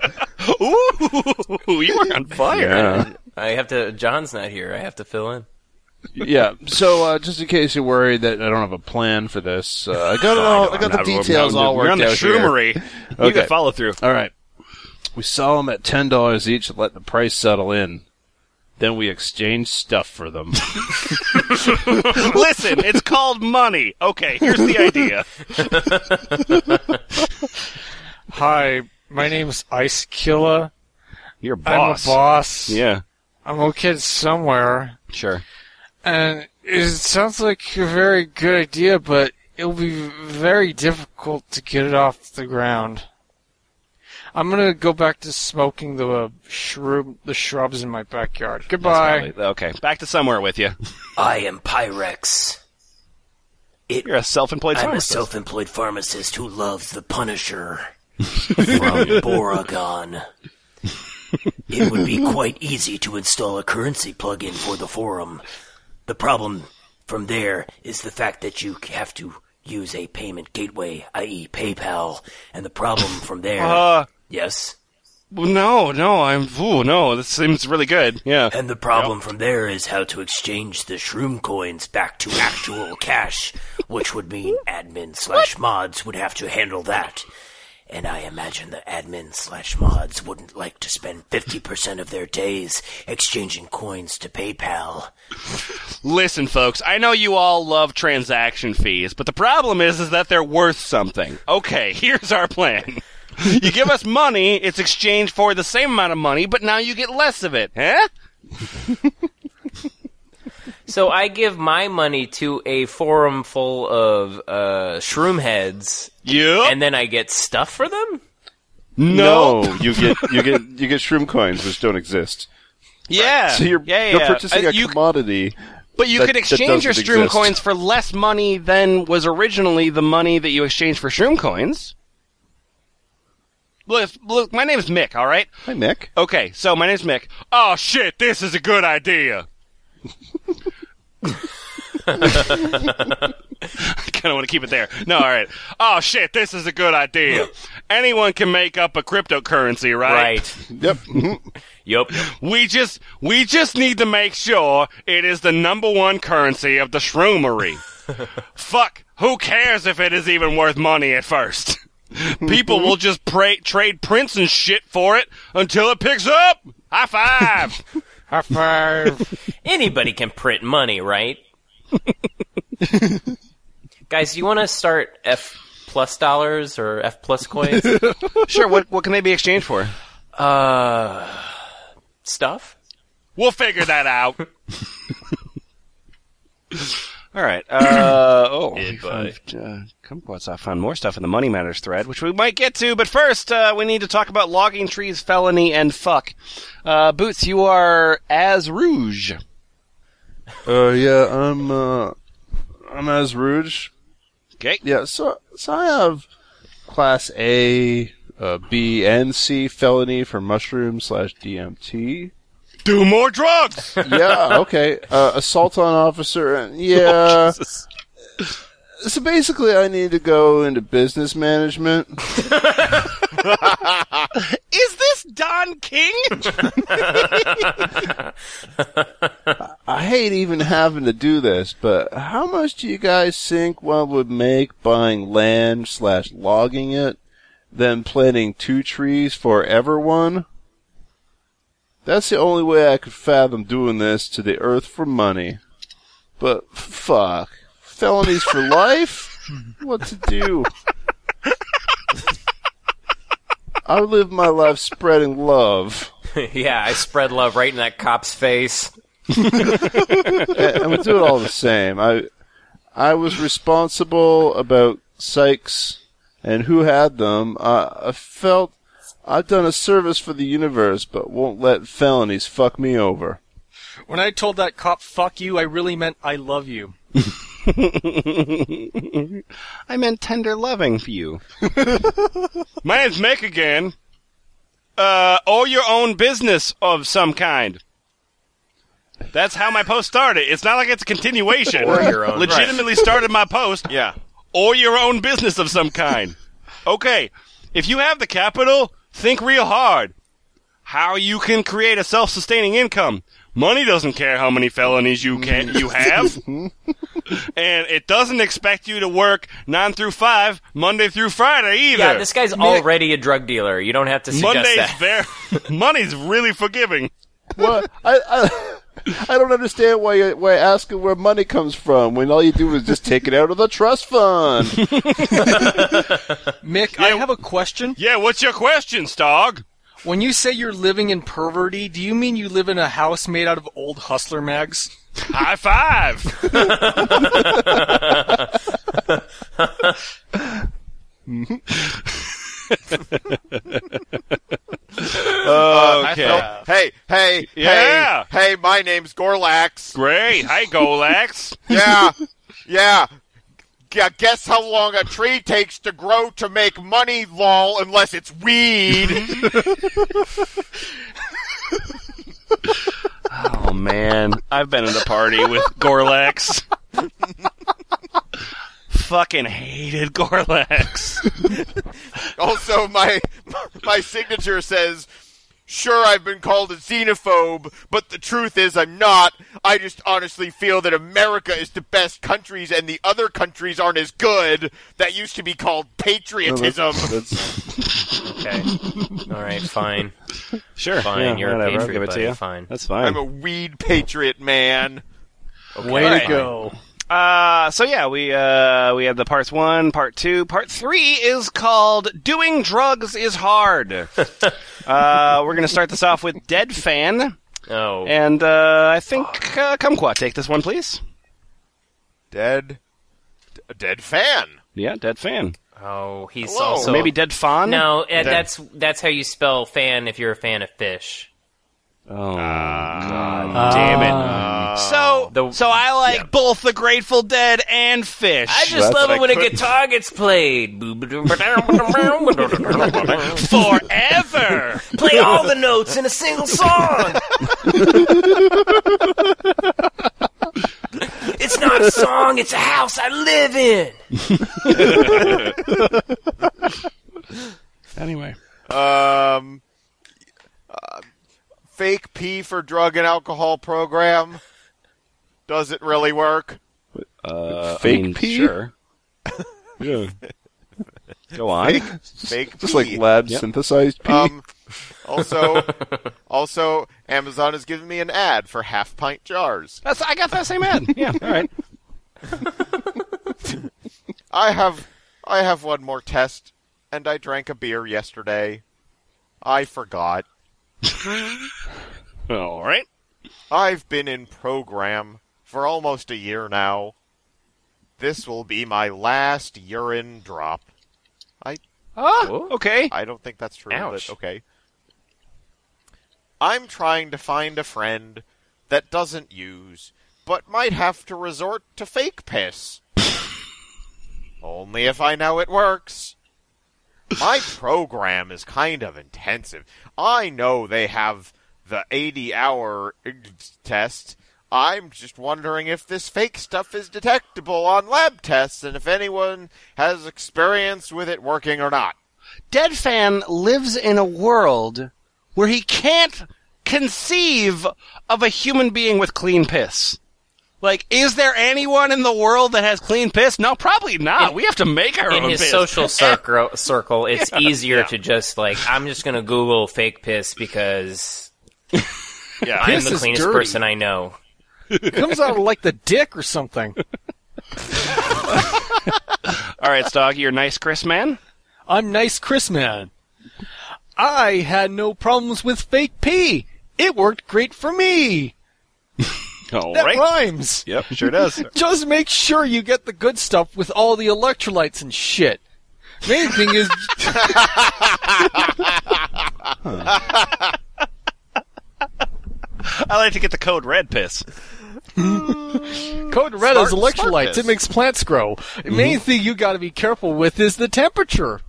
Speaker 1: Ooh, you are on fire.
Speaker 4: Yeah.
Speaker 2: I have to. John's not here. I have to fill in.
Speaker 4: Yeah. So uh, just in case you're worried that I don't have a plan for this, uh, I got it all. I got the
Speaker 9: I'm- I'm-
Speaker 4: details
Speaker 9: I'm-
Speaker 4: all
Speaker 9: we're
Speaker 4: worked
Speaker 1: We're on the
Speaker 4: out here.
Speaker 1: shroomery. You
Speaker 4: Okay.
Speaker 1: can follow through.
Speaker 4: All right. We sell them at ten dollars each and let the price settle in. Then we exchange stuff for them.
Speaker 1: Listen, it's called money. Okay, here's the idea.
Speaker 8: Hi, my name's Ice Killer.
Speaker 1: Your
Speaker 8: I'm a boss.
Speaker 1: Yeah,
Speaker 8: I'm located somewhere.
Speaker 1: sure.
Speaker 8: And it sounds like a very good idea, but it'll be very difficult to get it off the ground. I'm gonna go back to smoking the uh, shrub, the shrubs in my backyard. Goodbye.
Speaker 1: Okay, back to somewhere with you.
Speaker 10: I am Pyrex.
Speaker 1: You're a self-employed
Speaker 10: I'm a
Speaker 1: pharmacist.
Speaker 10: self-employed pharmacist who loves the Punisher from Boragon. It would be quite easy to install a currency plugin for the forum. The problem from there is the fact that you have to use a payment gateway, i.e., PayPal, and the problem from there.
Speaker 1: Uh,
Speaker 10: yes.
Speaker 1: no, no, I'm. Ooh, no, this seems really good. Yeah.
Speaker 10: And the problem from there is how to exchange the shroom coins back to actual cash, which would mean admin slash mods would have to handle that. And I imagine the admin slash mods wouldn't like to spend 50% of their days exchanging coins to PayPal.
Speaker 1: Listen, folks, I know you all love transaction fees, but the problem is, is that they're worth something. Okay, here's our plan. You give us money, it's exchanged for the same amount of money, but now you get less of it, huh?
Speaker 2: So I give my money to a forum full of uh, shroom heads,
Speaker 1: Yep.
Speaker 2: and then I get stuff for them.
Speaker 4: no, you get you get you get shroom coins which don't exist.
Speaker 1: yeah.
Speaker 4: So you're,
Speaker 1: yeah, yeah,
Speaker 4: you're
Speaker 1: yeah.
Speaker 4: purchasing
Speaker 1: Uh,
Speaker 4: a
Speaker 1: you-
Speaker 4: commodity.
Speaker 1: But you
Speaker 4: that-
Speaker 1: could
Speaker 4: that
Speaker 1: exchange your
Speaker 4: doesn't
Speaker 1: Shroom
Speaker 4: exist.
Speaker 1: coins for less money than was originally the money that you exchanged for Shroom coins. Look, look, my name's Mick, all right?
Speaker 4: Hi, Mick.
Speaker 1: Okay, so my name's Mick. Oh, shit, this is a good idea. I kind of want to keep it there. No, all right. Oh, shit, this is a good idea. Anyone can make up a cryptocurrency, right?
Speaker 4: Yep. mhm.
Speaker 2: Yep.
Speaker 1: We just we just need to make sure it is the number one currency of the shroomery. Fuck, who cares if it is even worth money at first? People will just pray, trade prints and shit for it until it picks up. High five.
Speaker 8: High five.
Speaker 2: Anybody can print money, right? Guys, you want to start F plus dollars or F plus coins?
Speaker 1: sure. What what can they be exchanged for?
Speaker 2: uh, stuff.
Speaker 1: We'll figure that out. All right. Uh, oh, we found, uh, Kumquats, I found more stuff in the Money Matters thread, which we might get to. But first, uh, we need to talk about logging trees, felony, and fuck. Uh, Boots, you are as rouge.
Speaker 4: Uh, yeah, I'm uh, I'm as Rouge.
Speaker 1: Okay.
Speaker 4: Yeah, so so I have class A, uh, B, and C felony for mushroom slash DMT.
Speaker 1: Do more drugs.
Speaker 4: yeah, okay. Uh, assault on officer. uh, Yeah. so basically, I need to go into business management.
Speaker 1: Is this Don King?
Speaker 4: I hate even having to do this, but how much do you guys think one would make buying land slash logging it, then planting two trees for ever one? That's the only way I could fathom doing this to the earth for money. But fuck, felonies for life? What to do? I live my life spreading love.
Speaker 2: yeah, I spread love right in that cop's face.
Speaker 4: and we do it all the same. I I was responsible about psychs and who had them. I, I felt I've done a service for the universe, but won't let felonies fuck me over.
Speaker 6: When I told that cop "fuck you," I really meant "I love you."
Speaker 1: I meant tender loving for you. My name's Mick again. Uh, or your own business of some kind. That's how my post started. It's not like it's a continuation.
Speaker 2: Or your own.
Speaker 1: Legitimately started my post.
Speaker 11: Yeah.
Speaker 1: or your own business of some kind. Okay, if you have the capital, think real hard. How you can create a self-sustaining income. Money doesn't care how many felonies you can you have, and it doesn't expect you to work nine through five, Monday through Friday either.
Speaker 2: Yeah, this guy's already a drug dealer. You don't have to suggest
Speaker 1: Monday's
Speaker 2: that.
Speaker 1: very money's really forgiving.
Speaker 4: What? I, I, I don't understand why you why you're asking where money comes from when all you do is just take it out of the trust fund.
Speaker 8: Mick, I have a question.
Speaker 1: Yeah, what's your question, Stog?
Speaker 8: When you say you're living in poverty, do you mean you live in a house made out of old hustler mags?
Speaker 1: High five.
Speaker 2: Mm-hmm. Uh,
Speaker 1: okay.
Speaker 5: Oh, hey, hey,
Speaker 1: Yeah.
Speaker 5: hey, hey, my name's Gorlax.
Speaker 1: Great. Hi, Golax.
Speaker 5: Yeah, yeah. Yeah, guess how long a tree takes to grow to make money, lol, unless it's weed.
Speaker 1: oh man, I've been at a party with Gorlax. Fucking hated Gorlax.
Speaker 5: also, my my signature says, "Sure, I've been called a xenophobe, but the truth is, I'm not. I just honestly feel that America is the best countries, and the other countries aren't as good. That used to be called patriotism."
Speaker 2: Okay. All right, fine.
Speaker 1: Sure. yeah,
Speaker 2: Fine, you're a
Speaker 1: whatever. I'll
Speaker 2: patriot,
Speaker 1: give it to
Speaker 2: buddy,
Speaker 1: you.
Speaker 2: fine.
Speaker 1: That's fine.
Speaker 5: I'm a weed patriot, man.
Speaker 8: Way
Speaker 1: Right.
Speaker 8: to go.
Speaker 1: Uh, so yeah, we uh, we have the parts one, part two, part three is called "Doing Drugs Is Hard." uh, we're gonna start this off with Dead Fan,
Speaker 2: Oh,
Speaker 1: and uh, I think uh, Kumquat take this one, please.
Speaker 5: Dead, a dead fan.
Speaker 1: Yeah, Dead Fan,
Speaker 2: oh, he's
Speaker 5: Hello.
Speaker 2: also
Speaker 1: or maybe Dead Fawn.
Speaker 2: no. uh, That's that's how you spell fan if you're a fan of fish.
Speaker 1: Oh, God damn it. Ah. so,
Speaker 2: The-
Speaker 1: so I like both the Grateful Dead and Fish.
Speaker 2: I just love it when a guitar gets played. Play
Speaker 1: Forever!
Speaker 2: all the notes in a single song. it's not a song; it's a house I live in.
Speaker 1: anyway.
Speaker 5: Um, uh, fake P for drug and alcohol program. Does it really work?
Speaker 1: Uh,
Speaker 4: Fake
Speaker 1: I mean,
Speaker 4: pee?
Speaker 1: Sure. yeah. Go on.
Speaker 5: Fake
Speaker 4: Just like
Speaker 5: pee.
Speaker 4: lab synthesized pee.
Speaker 5: Um, also, also, Amazon has given me an ad for half pint jars.
Speaker 1: That's, I got that same ad. Yeah, all right.
Speaker 5: I have, I have one more test, and I drank a beer yesterday. I forgot.
Speaker 1: All right.
Speaker 5: I've been in program for almost a year now. This will be my last urine drop.
Speaker 1: Oh, okay.
Speaker 5: I don't think that's true,
Speaker 2: Ouch.
Speaker 5: but okay. I'm trying to find a friend that doesn't use, but might have to resort to fake piss. Only if I know it works. My program is kind of intensive. I know they have the 80 hour test. I'm just wondering if this fake stuff is detectable on lab tests and if anyone has experience with it working or not.
Speaker 1: Dead Fan lives in a world where he can't conceive of a human being with clean piss. Like, is there anyone in the world that has clean piss? No, probably not. we have to make our
Speaker 2: in
Speaker 1: own
Speaker 2: his
Speaker 1: piss.
Speaker 2: social circle, circle it's easier to just like I'm just gonna Google fake piss because
Speaker 12: Yeah.
Speaker 2: I'm
Speaker 8: Piss
Speaker 2: the
Speaker 8: is
Speaker 2: cleanest
Speaker 8: dirty.
Speaker 2: person I know.
Speaker 8: It comes out of like the dick or something.
Speaker 1: All right, Stog, you're nice, Chris, man.
Speaker 8: I'm nice Chris man. I had no problems with fake pee. It worked great for me.
Speaker 1: All
Speaker 8: That
Speaker 1: right.
Speaker 8: rhymes.
Speaker 1: Yep, sure does.
Speaker 8: Just make sure you get the good stuff with all the electrolytes and shit. Main thing is
Speaker 1: I like to get the code red piss.
Speaker 8: Code Red is
Speaker 5: Smart-
Speaker 8: electrolytes.
Speaker 5: smartness.
Speaker 8: it makes plants grow. The
Speaker 1: Mm-hmm.
Speaker 8: main thing you got to be careful with is the temperature.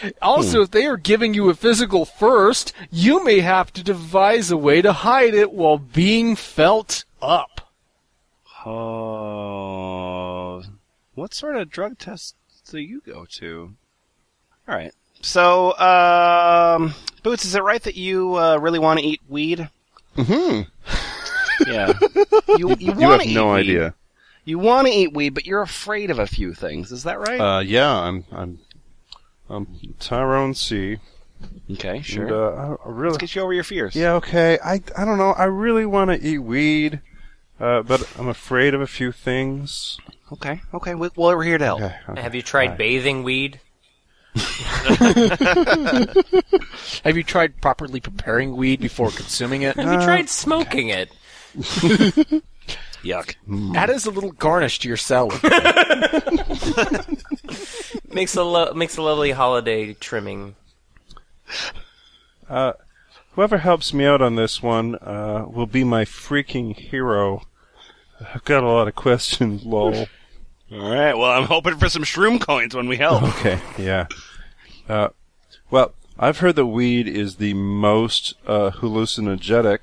Speaker 1: Hmm.
Speaker 8: Also, if they are giving you a physical first, you may have to devise a way to hide it while being felt up.
Speaker 1: Oh. What sort of drug tests do you go to? All right. So, um, Boots, is it right that you uh, really want to eat weed? Mm-hmm. yeah. You, you
Speaker 4: You
Speaker 1: want
Speaker 4: have
Speaker 1: to eat
Speaker 4: no
Speaker 1: weed.
Speaker 4: idea.
Speaker 1: You want to eat weed, but you're afraid of a few things. Is that right?
Speaker 4: Uh, yeah, I'm, I'm, I'm Tyrone C.
Speaker 1: okay,
Speaker 4: And,
Speaker 1: sure.
Speaker 4: uh, I, I really,
Speaker 1: Let's get you over your fears.
Speaker 4: yeah, okay. I, I don't know. I really want to eat weed, uh, but I'm afraid of a few things.
Speaker 1: Okay. Okay. We, well, we're here to help.
Speaker 4: Okay, okay.
Speaker 10: Have you tried bathing weed?
Speaker 8: Have you tried properly preparing weed before consuming it?
Speaker 10: Have you tried smoking it?
Speaker 1: Yuck.
Speaker 8: Add as a little garnish to your salad.
Speaker 10: Makes a lo- makes a lovely holiday trimming.
Speaker 4: Whoever helps me out on this one uh, will be my freaking hero. I've got a lot of questions, lol.
Speaker 1: All right. Well, I'm hoping for some shroom coins when we help.
Speaker 4: Okay, yeah. Uh, well, I've heard that weed is the most uh, hallucinogenic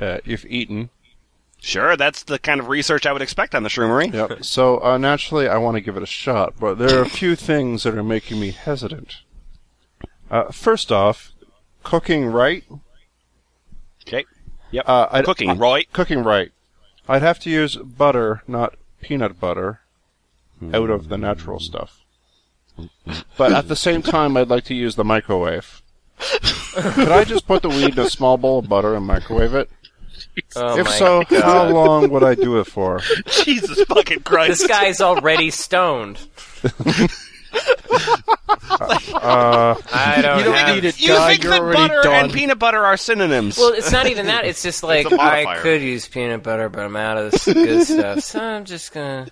Speaker 4: uh, if eaten.
Speaker 1: sure. That's the kind of research I would expect on the shroomery.
Speaker 4: Yep. So uh, naturally, I want to give it a shot, but there are a few things that are making me hesitant. Uh, first off, cooking right.
Speaker 1: Okay. Yep.
Speaker 4: Uh, I'd,
Speaker 1: Cooking, right?
Speaker 4: Cooking right. I'd have to use butter, not peanut butter, out of the
Speaker 10: Hmm.
Speaker 4: natural stuff. But at the same time, I'd like to use the microwave. Could I just put the weed in a small bowl of butter and microwave it?
Speaker 10: Oh
Speaker 4: if
Speaker 10: my
Speaker 4: so, how
Speaker 10: God.
Speaker 4: long would I do it for?
Speaker 1: Jesus fucking Christ.
Speaker 10: this guy's already stoned.
Speaker 1: Uh,
Speaker 10: I don't.
Speaker 8: You don't
Speaker 10: have-
Speaker 8: need it,
Speaker 1: You
Speaker 8: guy.
Speaker 1: think
Speaker 8: You're
Speaker 1: that
Speaker 8: already
Speaker 1: Oh, butter
Speaker 8: done.
Speaker 1: and peanut butter are synonyms?
Speaker 10: Well, it's not even that. It's just like
Speaker 5: It's a
Speaker 10: I
Speaker 5: modifier.
Speaker 10: could use peanut butter, but I'm out of this good stuff, so I'm just gonna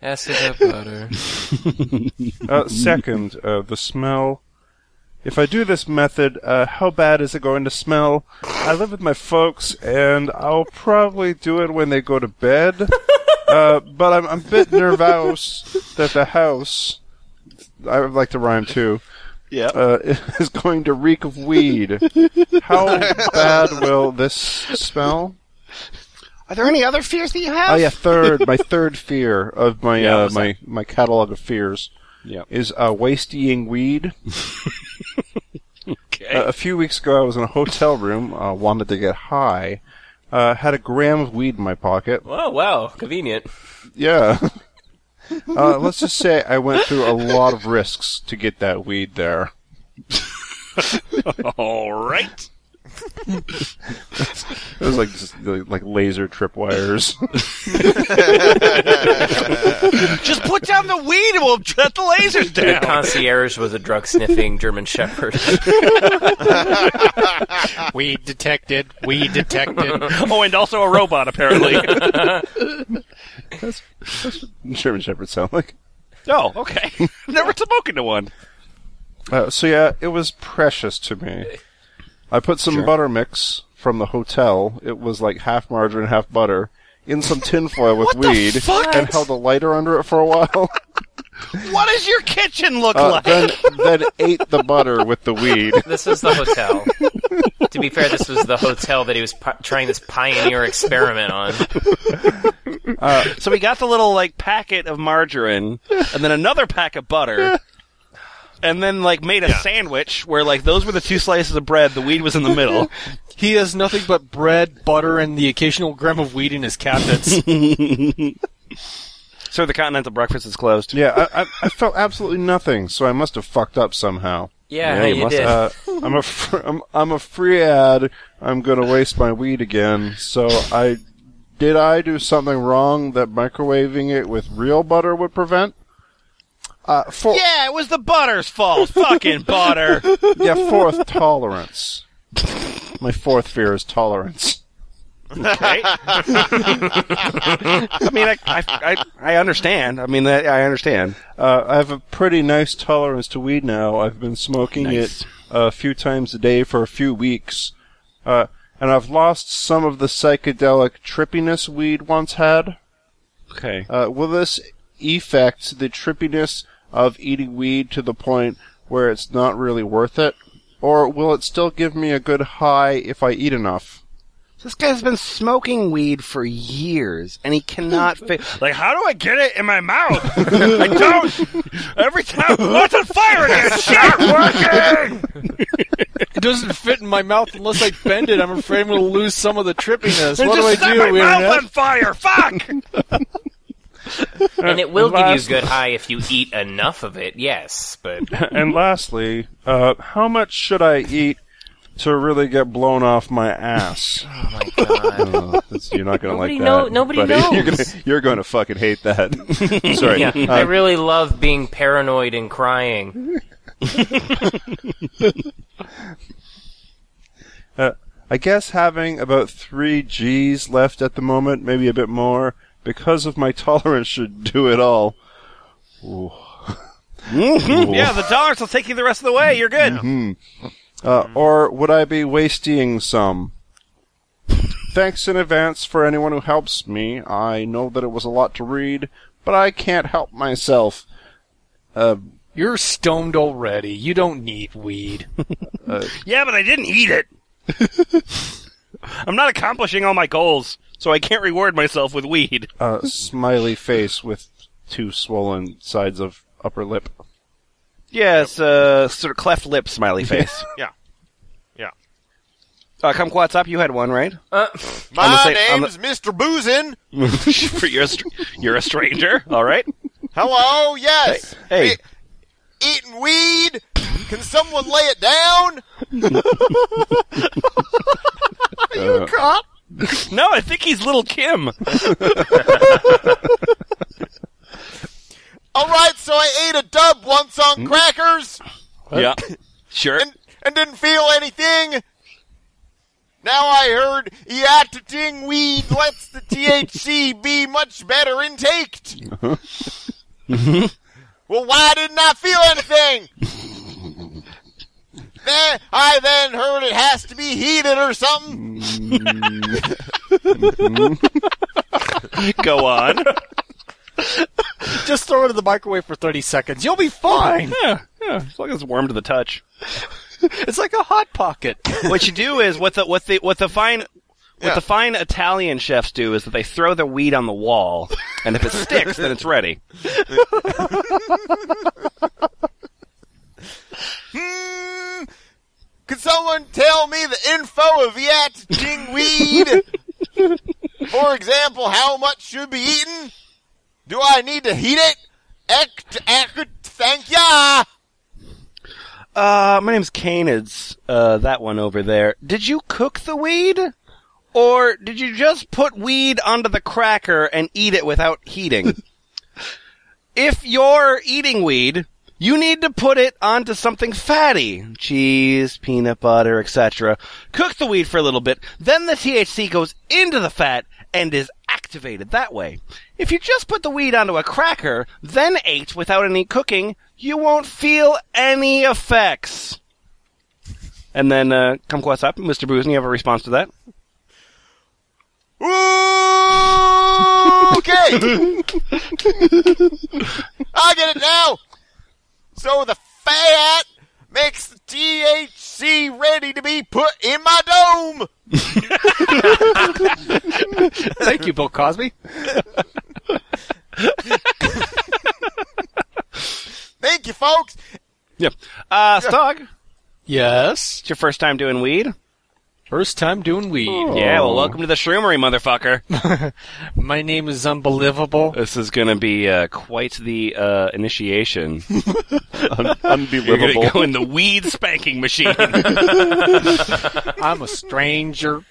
Speaker 10: acid up butter.
Speaker 4: Uh, second, uh, the smell. If I do this method, uh, how bad is it going to smell? I live with my folks, and I'll probably do it when they go to bed. Uh, but I'm, I'm a bit nervous that the house, I would like to rhyme too,
Speaker 1: yeah.
Speaker 4: uh, is going to reek of weed. How bad will this smell?
Speaker 1: are there any other fears that you have?
Speaker 4: Oh yeah, third, my third fear of my
Speaker 1: Yeah,
Speaker 4: uh,
Speaker 1: what's
Speaker 4: my my catalog of fears
Speaker 1: Yep.
Speaker 4: is uh, waste eating weed.
Speaker 1: Okay.
Speaker 4: Uh, a few weeks ago, I was in a hotel room, uh, wanted to get high, uh, had a gram of weed in my pocket.
Speaker 10: Oh wow, convenient.
Speaker 4: Yeah. uh, let's just say I went through a lot of risks to get that weed there.
Speaker 1: All right.
Speaker 4: It was like just, like like laser tripwires.
Speaker 1: Just put down the weed and we'll shut the lasers
Speaker 10: The
Speaker 1: down.
Speaker 10: concierge was a drug sniffing German Shepherd.
Speaker 7: Weed detected. Weed detected. oh, and also a robot, apparently.
Speaker 4: German Shepherds sound like.
Speaker 1: oh, okay. Never spoken to one.
Speaker 4: Uh, so yeah, it was precious to me. I put some butter mix from the hotel. It was like half margarine, half butter, in some tinfoil with weed, and held a lighter under it for a while.
Speaker 1: What does your kitchen look
Speaker 4: Uh,
Speaker 1: like?
Speaker 4: then, then ate the butter with the weed.
Speaker 10: This was the hotel. to be fair, this was the hotel that he was pi- trying this pioneer experiment on.
Speaker 1: So we got the little like packet of margarine, and then another pack of butter, and then like made a sandwich where like those were the two slices of bread. The weed was in the middle.
Speaker 8: He has nothing but bread, butter, and the occasional gram of weed in his cabinets.
Speaker 1: Sir, the continental breakfast is closed.
Speaker 4: Yeah, I, I, I felt absolutely nothing, so I must have fucked up somehow.
Speaker 10: Yeah,
Speaker 1: Yeah, you
Speaker 10: you
Speaker 1: must-
Speaker 10: did.
Speaker 4: Uh, I'm a fr- I'm, I'm a free ad. I'm gonna waste my weed again. So I did I do something wrong that microwaving it with real butter would prevent? Uh, for,
Speaker 1: Yeah, it was the butter's fault. Fucking butter.
Speaker 4: yeah, fourth tolerance. My fourth fear is tolerance.
Speaker 1: Okay. I mean, I, I, I, I understand. I mean, I, I understand.
Speaker 4: Uh, I have a pretty nice tolerance to weed now. I've been smoking
Speaker 1: Nice.
Speaker 4: it a few times a day for a few weeks, uh, and I've lost some of the psychedelic trippiness weed once had.
Speaker 1: Okay.
Speaker 4: Uh, will this effect the trippiness of eating weed to the point where it's not really worth it, or will it still give me a good high if I eat enough?
Speaker 1: This guy's been smoking weed for years, and he cannot. Fi- like, how do I get it in my mouth? I don't. Every time, what's on fire? in here? It's not working.
Speaker 6: It doesn't fit in my mouth unless I bend it. I'm afraid I'm going to lose some of the trippiness. What do I
Speaker 1: Just set
Speaker 6: do?
Speaker 1: my mouth
Speaker 6: Internet?
Speaker 1: on fire. Fuck.
Speaker 2: and it will give you a
Speaker 4: Last-
Speaker 2: good high if you eat enough of it. Yes, but
Speaker 4: and lastly, uh, how much should I eat to really get blown off my ass?
Speaker 2: Oh,
Speaker 4: Uh, that's- you're not going to
Speaker 2: Nobody
Speaker 4: like
Speaker 2: know-
Speaker 4: that.
Speaker 2: nobody
Speaker 4: buddy. You're
Speaker 2: knows.
Speaker 4: gonna, you're going to fucking hate that. Sorry.
Speaker 2: yeah,
Speaker 4: Uh,
Speaker 2: I really love being paranoid and crying.
Speaker 4: I guess having about three G's left at the moment, maybe a bit more, because of my tolerance should do it all.
Speaker 1: Mm-hmm. yeah, the dollars will take you the rest of the way. You're good.
Speaker 4: Uh, or would I be wasting some? Thanks in advance for anyone who helps me. I know that it was a lot to read, but I can't help myself.
Speaker 6: You're stoned already. You don't need weed.
Speaker 1: Yeah, but I didn't eat it. I'm not accomplishing all my goals, so I can't reward myself with weed.
Speaker 4: Uh, smiley face with two swollen sides of upper lip.
Speaker 1: Yes, uh, sort of cleft lip smiley face.
Speaker 5: Yeah. Yeah.
Speaker 1: uh, Kumquats up, you had one, right?
Speaker 5: My
Speaker 1: the same- I'm the-
Speaker 5: name's Mr. Boozin.
Speaker 1: For you're, a str- you're a stranger, all right?
Speaker 5: Hello, yes.
Speaker 1: Hey.
Speaker 5: E- eating weed? Can someone lay it down?
Speaker 1: No, I think he's little Kim.
Speaker 5: All right, so I ate a dub once
Speaker 1: Mm-hmm.
Speaker 5: on crackers
Speaker 1: yeah. Sure.
Speaker 5: and, and didn't feel anything. Now I heard eating weed lets the THC be much better intaked. well, why didn't I feel anything? then, I then heard it has to be heated or something.
Speaker 1: Go on.
Speaker 6: Just throw it in the microwave for 30 seconds. You'll be fine.
Speaker 1: yeah, yeah, as long as it's warm to the touch.
Speaker 6: It's like a hot pocket.
Speaker 1: What you do is what the what the what the fine what
Speaker 5: Yeah.
Speaker 1: the fine Italian chefs do is that they throw the weed on the wall, and if it sticks, then it's ready.
Speaker 5: Hmm. Could someone tell me the info of Yat Dingweed? For example, how much should be eaten? Do I need to heat it? Act, act, thank ya!
Speaker 1: Uh, my name's Canids. Uh, that one over there. Did you cook the weed, or did you just put weed onto the cracker and eat it without heating? if you're eating weed, you need to put it onto something fatty. Cheese, peanut butter, etc. Cook the weed for a little bit, then the THC goes into the fat and is activated that way. If you just put the weed onto a cracker, then ate without any cooking, you won't feel any effects. And then, uh, Kumquats up, Mr. Boozin, you have a response to that?
Speaker 5: Okay! I get it now! So the fat makes the THC ready to be put in my dome!
Speaker 6: Thank you, Bill Cosby.
Speaker 5: Thank you, folks!
Speaker 1: Yep. Uh, Stog,
Speaker 6: Yes.
Speaker 1: it's your first time doing weed?
Speaker 6: First time doing weed.
Speaker 1: Yeah, well, welcome to the shroomery, motherfucker.
Speaker 6: My name is unbelievable.
Speaker 1: This is going to be uh, quite the uh, initiation.
Speaker 13: Un-
Speaker 1: You're going
Speaker 13: unbelievable.
Speaker 1: to go in the weed spanking machine.
Speaker 6: I'm a stranger.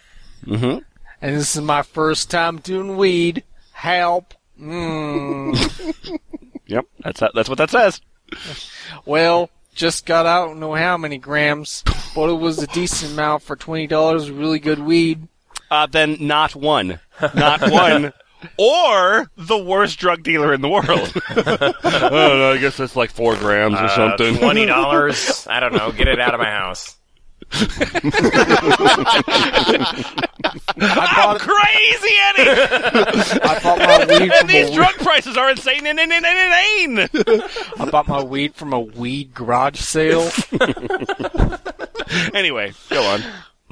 Speaker 6: Mm-hmm. And this is my first time doing weed. Help. Mm.
Speaker 1: yep, that's that's what that says.
Speaker 6: well, just got out, don't know how many grams, but it was a decent amount for $20. Really good weed.
Speaker 1: Uh, then not one, not one, or the worst drug dealer in the world.
Speaker 4: I don't know, I guess that's like four grams
Speaker 1: Uh,
Speaker 4: or something.
Speaker 2: Twenty dollars? I don't know. Get it out of my house.
Speaker 1: How crazy, Eddie!
Speaker 6: I bought my weed
Speaker 1: and
Speaker 6: from
Speaker 1: these
Speaker 6: a,
Speaker 1: drug prices are insane and and- and- and- insane.
Speaker 6: I bought my weed from a weed garage sale.
Speaker 1: anyway, go on.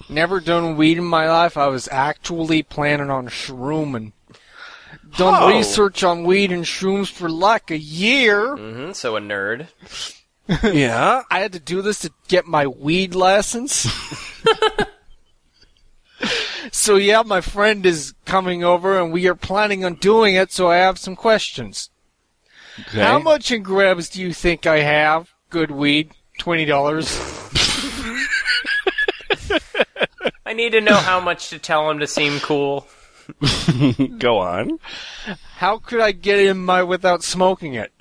Speaker 6: Never done weed in my life. I was actually planning on shrooming. Done
Speaker 1: Oh.
Speaker 6: research on weed and shrooms for like a year.
Speaker 2: hmm so a nerd.
Speaker 1: yeah.
Speaker 6: I had to do this to get my weed license. so yeah, my friend is coming over and we are planning on doing it, so I have some questions. How much in grabs do you think I have? Good weed, twenty dollars.
Speaker 2: I need to know how much to tell him to seem cool.
Speaker 1: Go on.
Speaker 6: How could I get it in my without smoking it?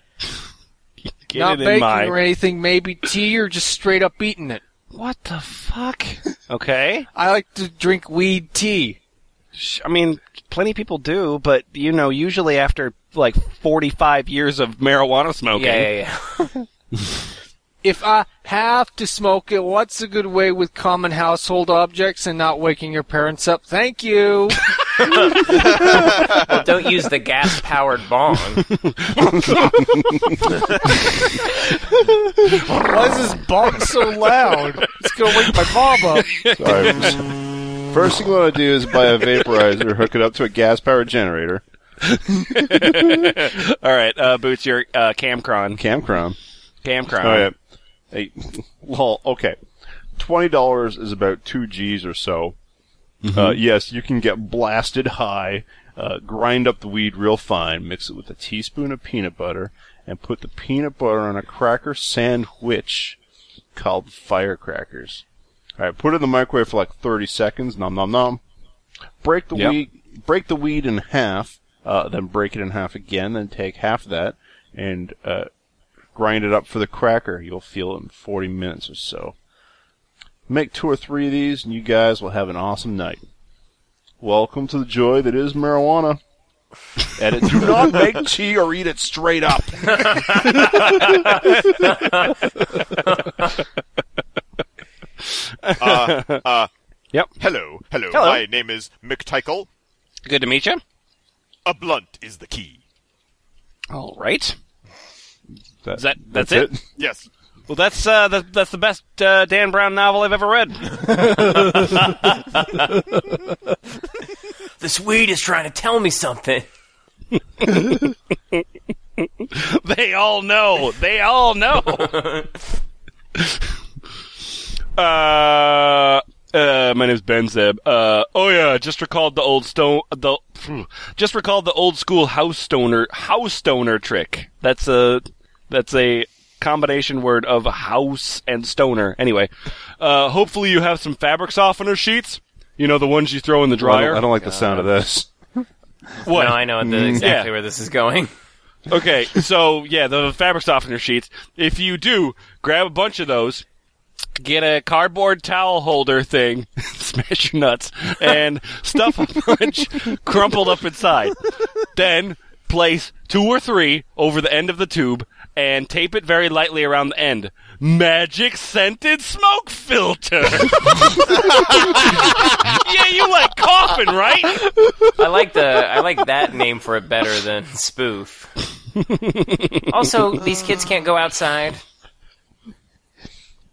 Speaker 1: Get
Speaker 6: Not
Speaker 1: it in
Speaker 6: baking
Speaker 1: my.
Speaker 6: or anything, maybe tea or just straight up eating it.
Speaker 1: What the fuck? Okay.
Speaker 6: I like to drink weed tea.
Speaker 1: Sh- I mean, plenty of people do, but you know, usually after like 45 years of marijuana smoking.
Speaker 2: Yeah, yeah, yeah.
Speaker 6: If I have to smoke it, what's a good way with common household objects and not waking your parents up? Thank you.
Speaker 2: Well, Oh, don't use the gas-powered bong.
Speaker 6: Why is this bong so loud? It's gonna wake my mom up.
Speaker 4: Sorry. First thing you want to do is buy a vaporizer, hook it up to a gas powered generator.
Speaker 1: All right, uh, Boots, your uh, Camcron.
Speaker 4: Camcrom.
Speaker 1: Camcron.
Speaker 4: Oh yeah. Hey, lol. Okay. Twenty dollars is about two G's or so. Uh, yes, you can get blasted high, uh, grind up the weed real fine, mix it with a teaspoon of peanut butter, and put the peanut butter on a cracker sandwich called firecrackers. All right, put it in the microwave for like thirty seconds. Nom nom nom. Break the
Speaker 1: Yep.
Speaker 4: weed. Break the weed in half. Uh, then break it in half again. Then take half of that and uh, grind it up for the cracker. You'll feel it in 40 minutes or so. Make two or three of these, and you guys will have an awesome night. Welcome to the joy that is marijuana. Edit. Do not make tea or eat it straight up.
Speaker 5: Hello, hello,
Speaker 1: Hello.
Speaker 5: My name is McTykel.
Speaker 1: Good to meet you.
Speaker 5: A blunt is the key.
Speaker 1: All right.
Speaker 4: That-
Speaker 1: Is that that's, it?
Speaker 5: Yes.
Speaker 1: Well, that's uh, the, that's the best uh, Dan Brown novel I've ever read.
Speaker 2: this weed is trying to tell me something.
Speaker 1: they all know. They all know. uh, uh, my name's Ben Zeb. Uh, oh yeah, just recalled the old stone. The just recalled the old school house stoner house stoner trick. That's a that's a combination word of house and stoner. Anyway, uh, hopefully you have some fabric softener sheets. You know the ones you throw in the
Speaker 4: Well, I
Speaker 1: dryer.
Speaker 4: don't, I don't like the sound of this.
Speaker 1: what?
Speaker 2: No, I know the- exactly
Speaker 1: Yeah.
Speaker 2: where this is going.
Speaker 1: Okay, so yeah, the fabric softener sheets. If you do, grab a bunch of those, get a cardboard towel holder thing, smash your nuts, and stuff a bunch crumpled up inside. Then place two or three over the end of the tube and tape it very lightly around the end. Magic scented smoke filter. yeah, you like coughing, right?
Speaker 2: I like the I like that name for it better than spoof. Also, these kids can't go outside.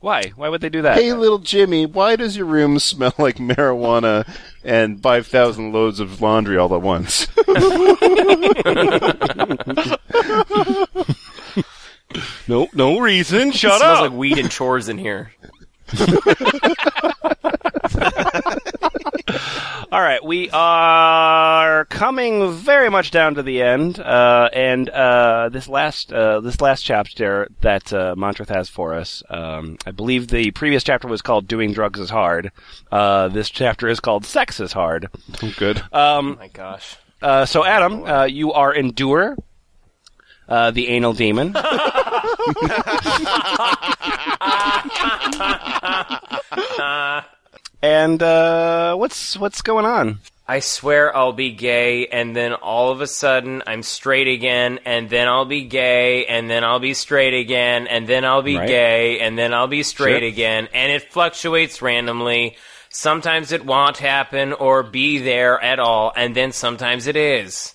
Speaker 1: Why? Why would they do that?
Speaker 4: Hey, little Jimmy, why does your room smell like marijuana and 5,000 loads of laundry all at once?
Speaker 1: No, no reason.
Speaker 2: It
Speaker 1: Shut
Speaker 2: smells
Speaker 1: up.
Speaker 2: like weed and chores in here.
Speaker 1: All right, we are coming very much down to the end, uh, and uh, this last uh, this last chapter that uh, Montreth has for us, um, I believe the previous chapter was called "Doing Drugs Is Hard." Uh, this chapter is called "Sex Is Hard."
Speaker 4: Good.
Speaker 2: Oh my gosh.
Speaker 1: Uh, so, Adam, uh, you are Endure, uh, the anal demon. and uh, what's what's going on?
Speaker 2: I swear I'll be gay, and then all of a sudden I'm straight again, and then I'll be gay, and then I'll be straight again, and then I'll be
Speaker 1: Right.
Speaker 2: gay, and then I'll be straight
Speaker 1: Sure.
Speaker 2: again, and it fluctuates randomly. Sometimes it won't happen or be there at all, and then sometimes it is.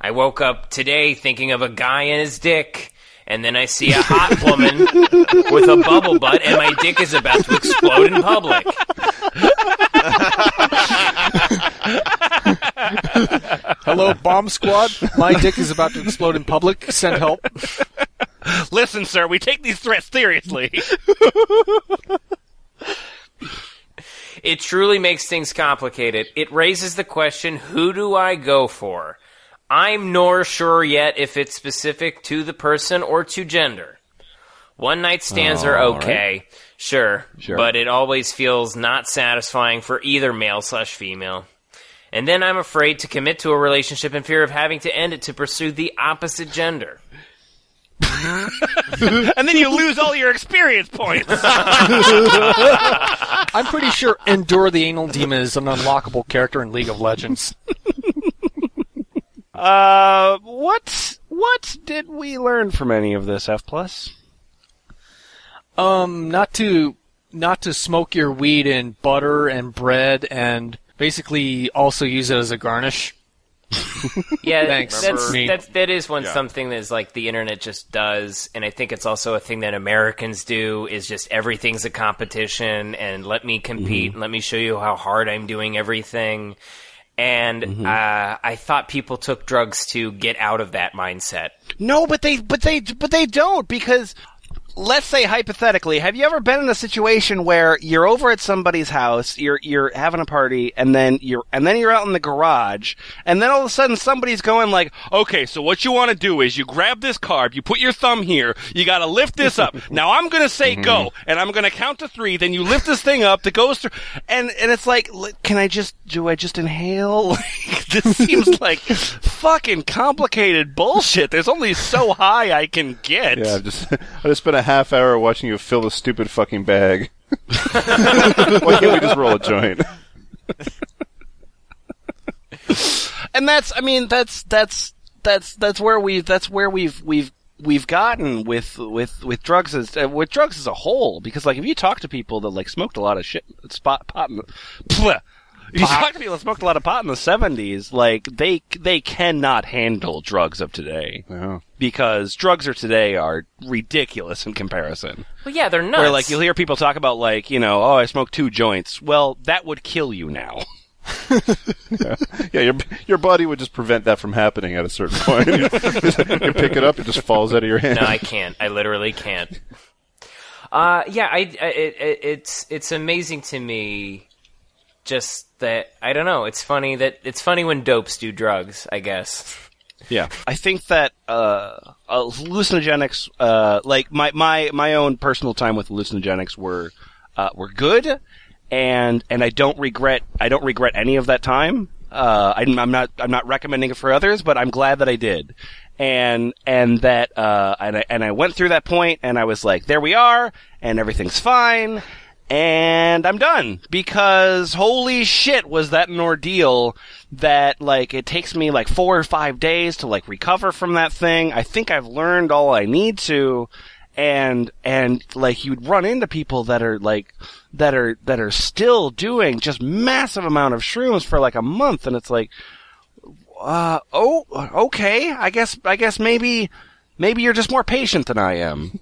Speaker 2: I woke up today thinking of a guy and his dick, and then I see a hot woman with a bubble butt, and my dick is about to explode in public.
Speaker 6: Hello, bomb squad. My dick is about to explode in public. Send help.
Speaker 1: Listen, sir, we take these threats seriously.
Speaker 2: It truly makes things complicated. It raises the question who do I go for? I'm nor sure yet if it's specific to the person or to gender. One night stands are okay, sure, but it always feels not satisfying for either male slash female. And then I'm afraid to commit to a relationship in fear of having to end it to pursue the opposite gender.
Speaker 1: and then you lose all your experience points.
Speaker 6: I'm pretty sure Endure the Anal Demon is an unlockable character in League of Legends.
Speaker 1: uh, what what did we learn from any of this, F plus?
Speaker 6: Um, not to not to smoke your weed in butter and bread, and basically also use it as a garnish.
Speaker 2: Yeah,
Speaker 6: Thanks.
Speaker 2: that's,
Speaker 6: Remember-
Speaker 2: that's that is one something that is like the internet just does, and I think it's also a thing that Americans do is just everything's a competition, and let me
Speaker 1: Mm-hmm.
Speaker 2: compete, and let me show you how hard I'm doing everything. And
Speaker 1: Mm-hmm.
Speaker 2: uh, I thought people took drugs to get out of that mindset.
Speaker 1: No, but they but they but they don't because let's say hypothetically, have you ever been in a situation where you're over at somebody's house, you're you're having a party and then you're and then you're out in the garage and then all of a sudden somebody's going like, "Okay, so what you want to do is you grab this carb, you put your thumb here, you got to lift this up. now I'm going to say go and I'm going to count to 3, then you lift this thing up that goes through and and it's like, li- "Can I just do I just inhale?" Like, this seems like fucking complicated bullshit. There's only so high I can get.
Speaker 4: Yeah, I've just I just spent a half hour watching you fill the stupid fucking bag. Why can't we just roll a joint?
Speaker 1: and that's I mean that's that's that's that's where we that's where we've we've we've gotten with with with drugs as uh, with drugs as a whole because like if you talk to people that like smoked a lot of shit spot pot in the, Pleh. if you talk to people that smoked a lot of pot in the 70s like they they cannot handle drugs of today
Speaker 4: No.
Speaker 1: because drugs of today are ridiculous in comparison
Speaker 2: Well, yeah, they're nuts.
Speaker 1: where like you'll hear people talk about like you know oh i smoked two joints well that would kill you now
Speaker 4: Yeah, your your body would just prevent that from happening at a certain point. you pick it up, it just falls out of your hand.
Speaker 2: no, I can't. I literally can't. Uh, yeah, I, I it, it, it's it's amazing to me, just that I don't know. It's funny that it's funny when dopes do drugs. I guess.
Speaker 1: Yeah, I think that uh, uh, hallucinogenics, uh, like my, my my own personal time with hallucinogenics, were uh, were good, and and I don't regret I don't regret any of that time. Uh, I'm, I'm not I'm not recommending it for others, but I'm glad that I did, and and that uh, and I and I went through that point, and I was like, there we are, and everything's fine. And I'm done because holy shit was that an ordeal that like it takes me like four or five days to like recover from that thing. I think I've learned all I need to and and like you'd run into people that are like that are that are still doing just massive amount of shrooms for like a month and it's like uh oh okay I guess I guess maybe maybe you're just more patient than I am.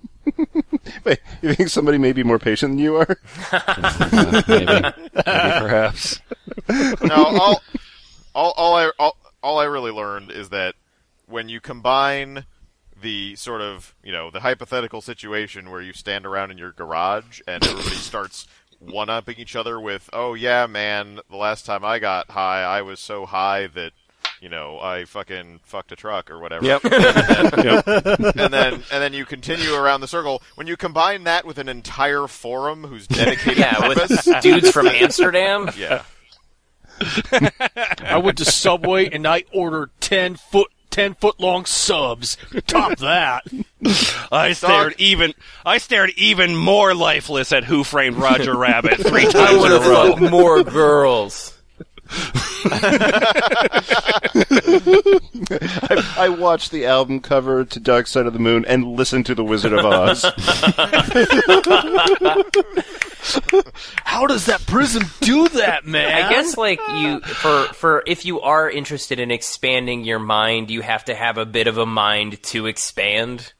Speaker 4: Wait, you think somebody may be more patient than you are?
Speaker 1: perhaps.
Speaker 5: no, all, all, all I all, all I really learned is that when you combine the sort of you know the hypothetical situation where you stand around in your garage and everybody starts one upping each other with, "Oh yeah, man, the last time I got high, I was so high that." You know, I fucking fucked a truck or whatever. Yep. and then and then you continue around the circle. When you combine that with an entire forum who's dedicated
Speaker 2: Yeah,
Speaker 5: to
Speaker 2: with
Speaker 5: this,
Speaker 2: dudes from Amsterdam.
Speaker 5: yeah.
Speaker 6: I went to Subway and I ordered ten foot ten foot long subs. Top that.
Speaker 1: I stared even I stared even more lifeless at Who Framed Roger Rabbit three
Speaker 2: I
Speaker 1: times in
Speaker 2: would
Speaker 1: a
Speaker 2: have
Speaker 1: row.
Speaker 2: fucked more girls.
Speaker 4: I, I watched the album cover to Dark Side of the Moon and listened to The Wizard of Oz.
Speaker 6: How does that prism do that, man?
Speaker 2: I guess like you for for if you are interested in expanding your mind, you have to have a bit of a mind to expand.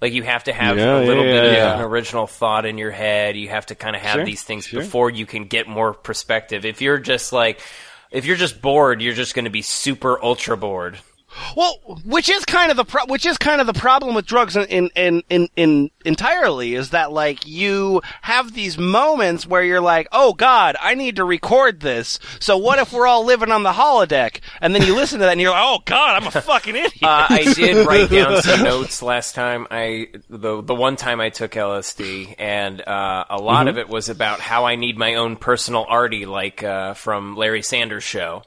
Speaker 2: Like you have to have
Speaker 4: Yeah,
Speaker 2: a little
Speaker 4: yeah,
Speaker 2: bit
Speaker 4: yeah.
Speaker 2: of an original thought in your head. You have to kind of have these things before you can get more perspective. If you're just like If you're just bored, you're just going to be super ultra bored.
Speaker 1: Well, which is kind of the pro- which is kind of the problem with drugs in, in in in in entirely is that like you have these moments where you're like, "Oh god, I need to record this." So what if we're all living on the holodeck? And then you listen to that and you're like, "Oh god, I'm a fucking idiot."
Speaker 2: Uh, I did write down some notes last time. I the the one time I took LSD, and uh, a lot of it was about how I need my own personal Artie, like uh, from Larry Sanders' show.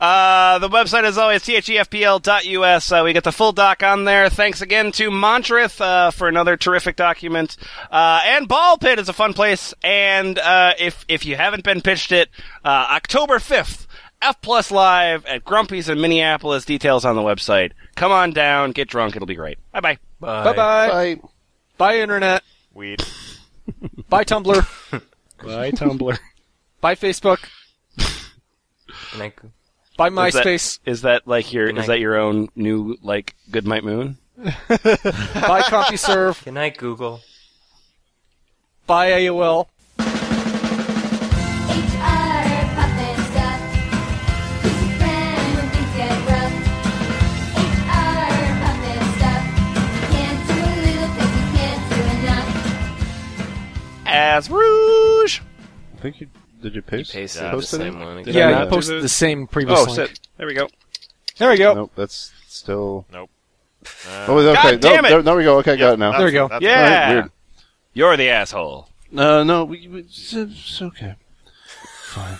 Speaker 1: Uh, the website, as always, E thefpl.us. Uh, we get the full doc on there. Thanks again to Montrith uh, for another terrific document. Uh, and Ball Pit is a fun place. And uh, if if you haven't been pitched it, uh, October fifth, F Plus Live at Grumpy's in Minneapolis. Details on the website. Come on down, get drunk. It'll be great. Bye bye.
Speaker 6: Bye bye. Bye. Bye internet.
Speaker 8: Weed.
Speaker 6: Bye Tumblr.
Speaker 1: Bye Tumblr.
Speaker 6: Bye Facebook.
Speaker 2: And I,
Speaker 6: Bye
Speaker 1: Is that-
Speaker 6: MySpace.
Speaker 1: Is that like your
Speaker 2: Good
Speaker 1: is
Speaker 2: night.
Speaker 1: that your own new like Good Night Moon?
Speaker 6: Bye CompuServe.
Speaker 2: good night, Google.
Speaker 6: Bye AOL.
Speaker 1: As Rouge.
Speaker 4: I think you did you paste?
Speaker 2: Paste
Speaker 4: post
Speaker 2: it the
Speaker 4: it?
Speaker 2: same one again.
Speaker 4: Did
Speaker 6: Yeah,
Speaker 4: I
Speaker 6: you
Speaker 4: not do
Speaker 6: posted the same previous
Speaker 4: Oh
Speaker 6: link.
Speaker 4: shit!
Speaker 1: There we go.
Speaker 6: There we go.
Speaker 4: Nope, that's still.
Speaker 8: Nope.
Speaker 4: oh, okay.
Speaker 1: God
Speaker 4: no,
Speaker 1: damn it!
Speaker 4: There, there we go. Okay, got it now.
Speaker 6: There we go.
Speaker 8: That's-
Speaker 1: Yeah.
Speaker 4: Alright, weird.
Speaker 1: You're the asshole.
Speaker 4: Uh, no, we, we, it's, it's okay. Fine.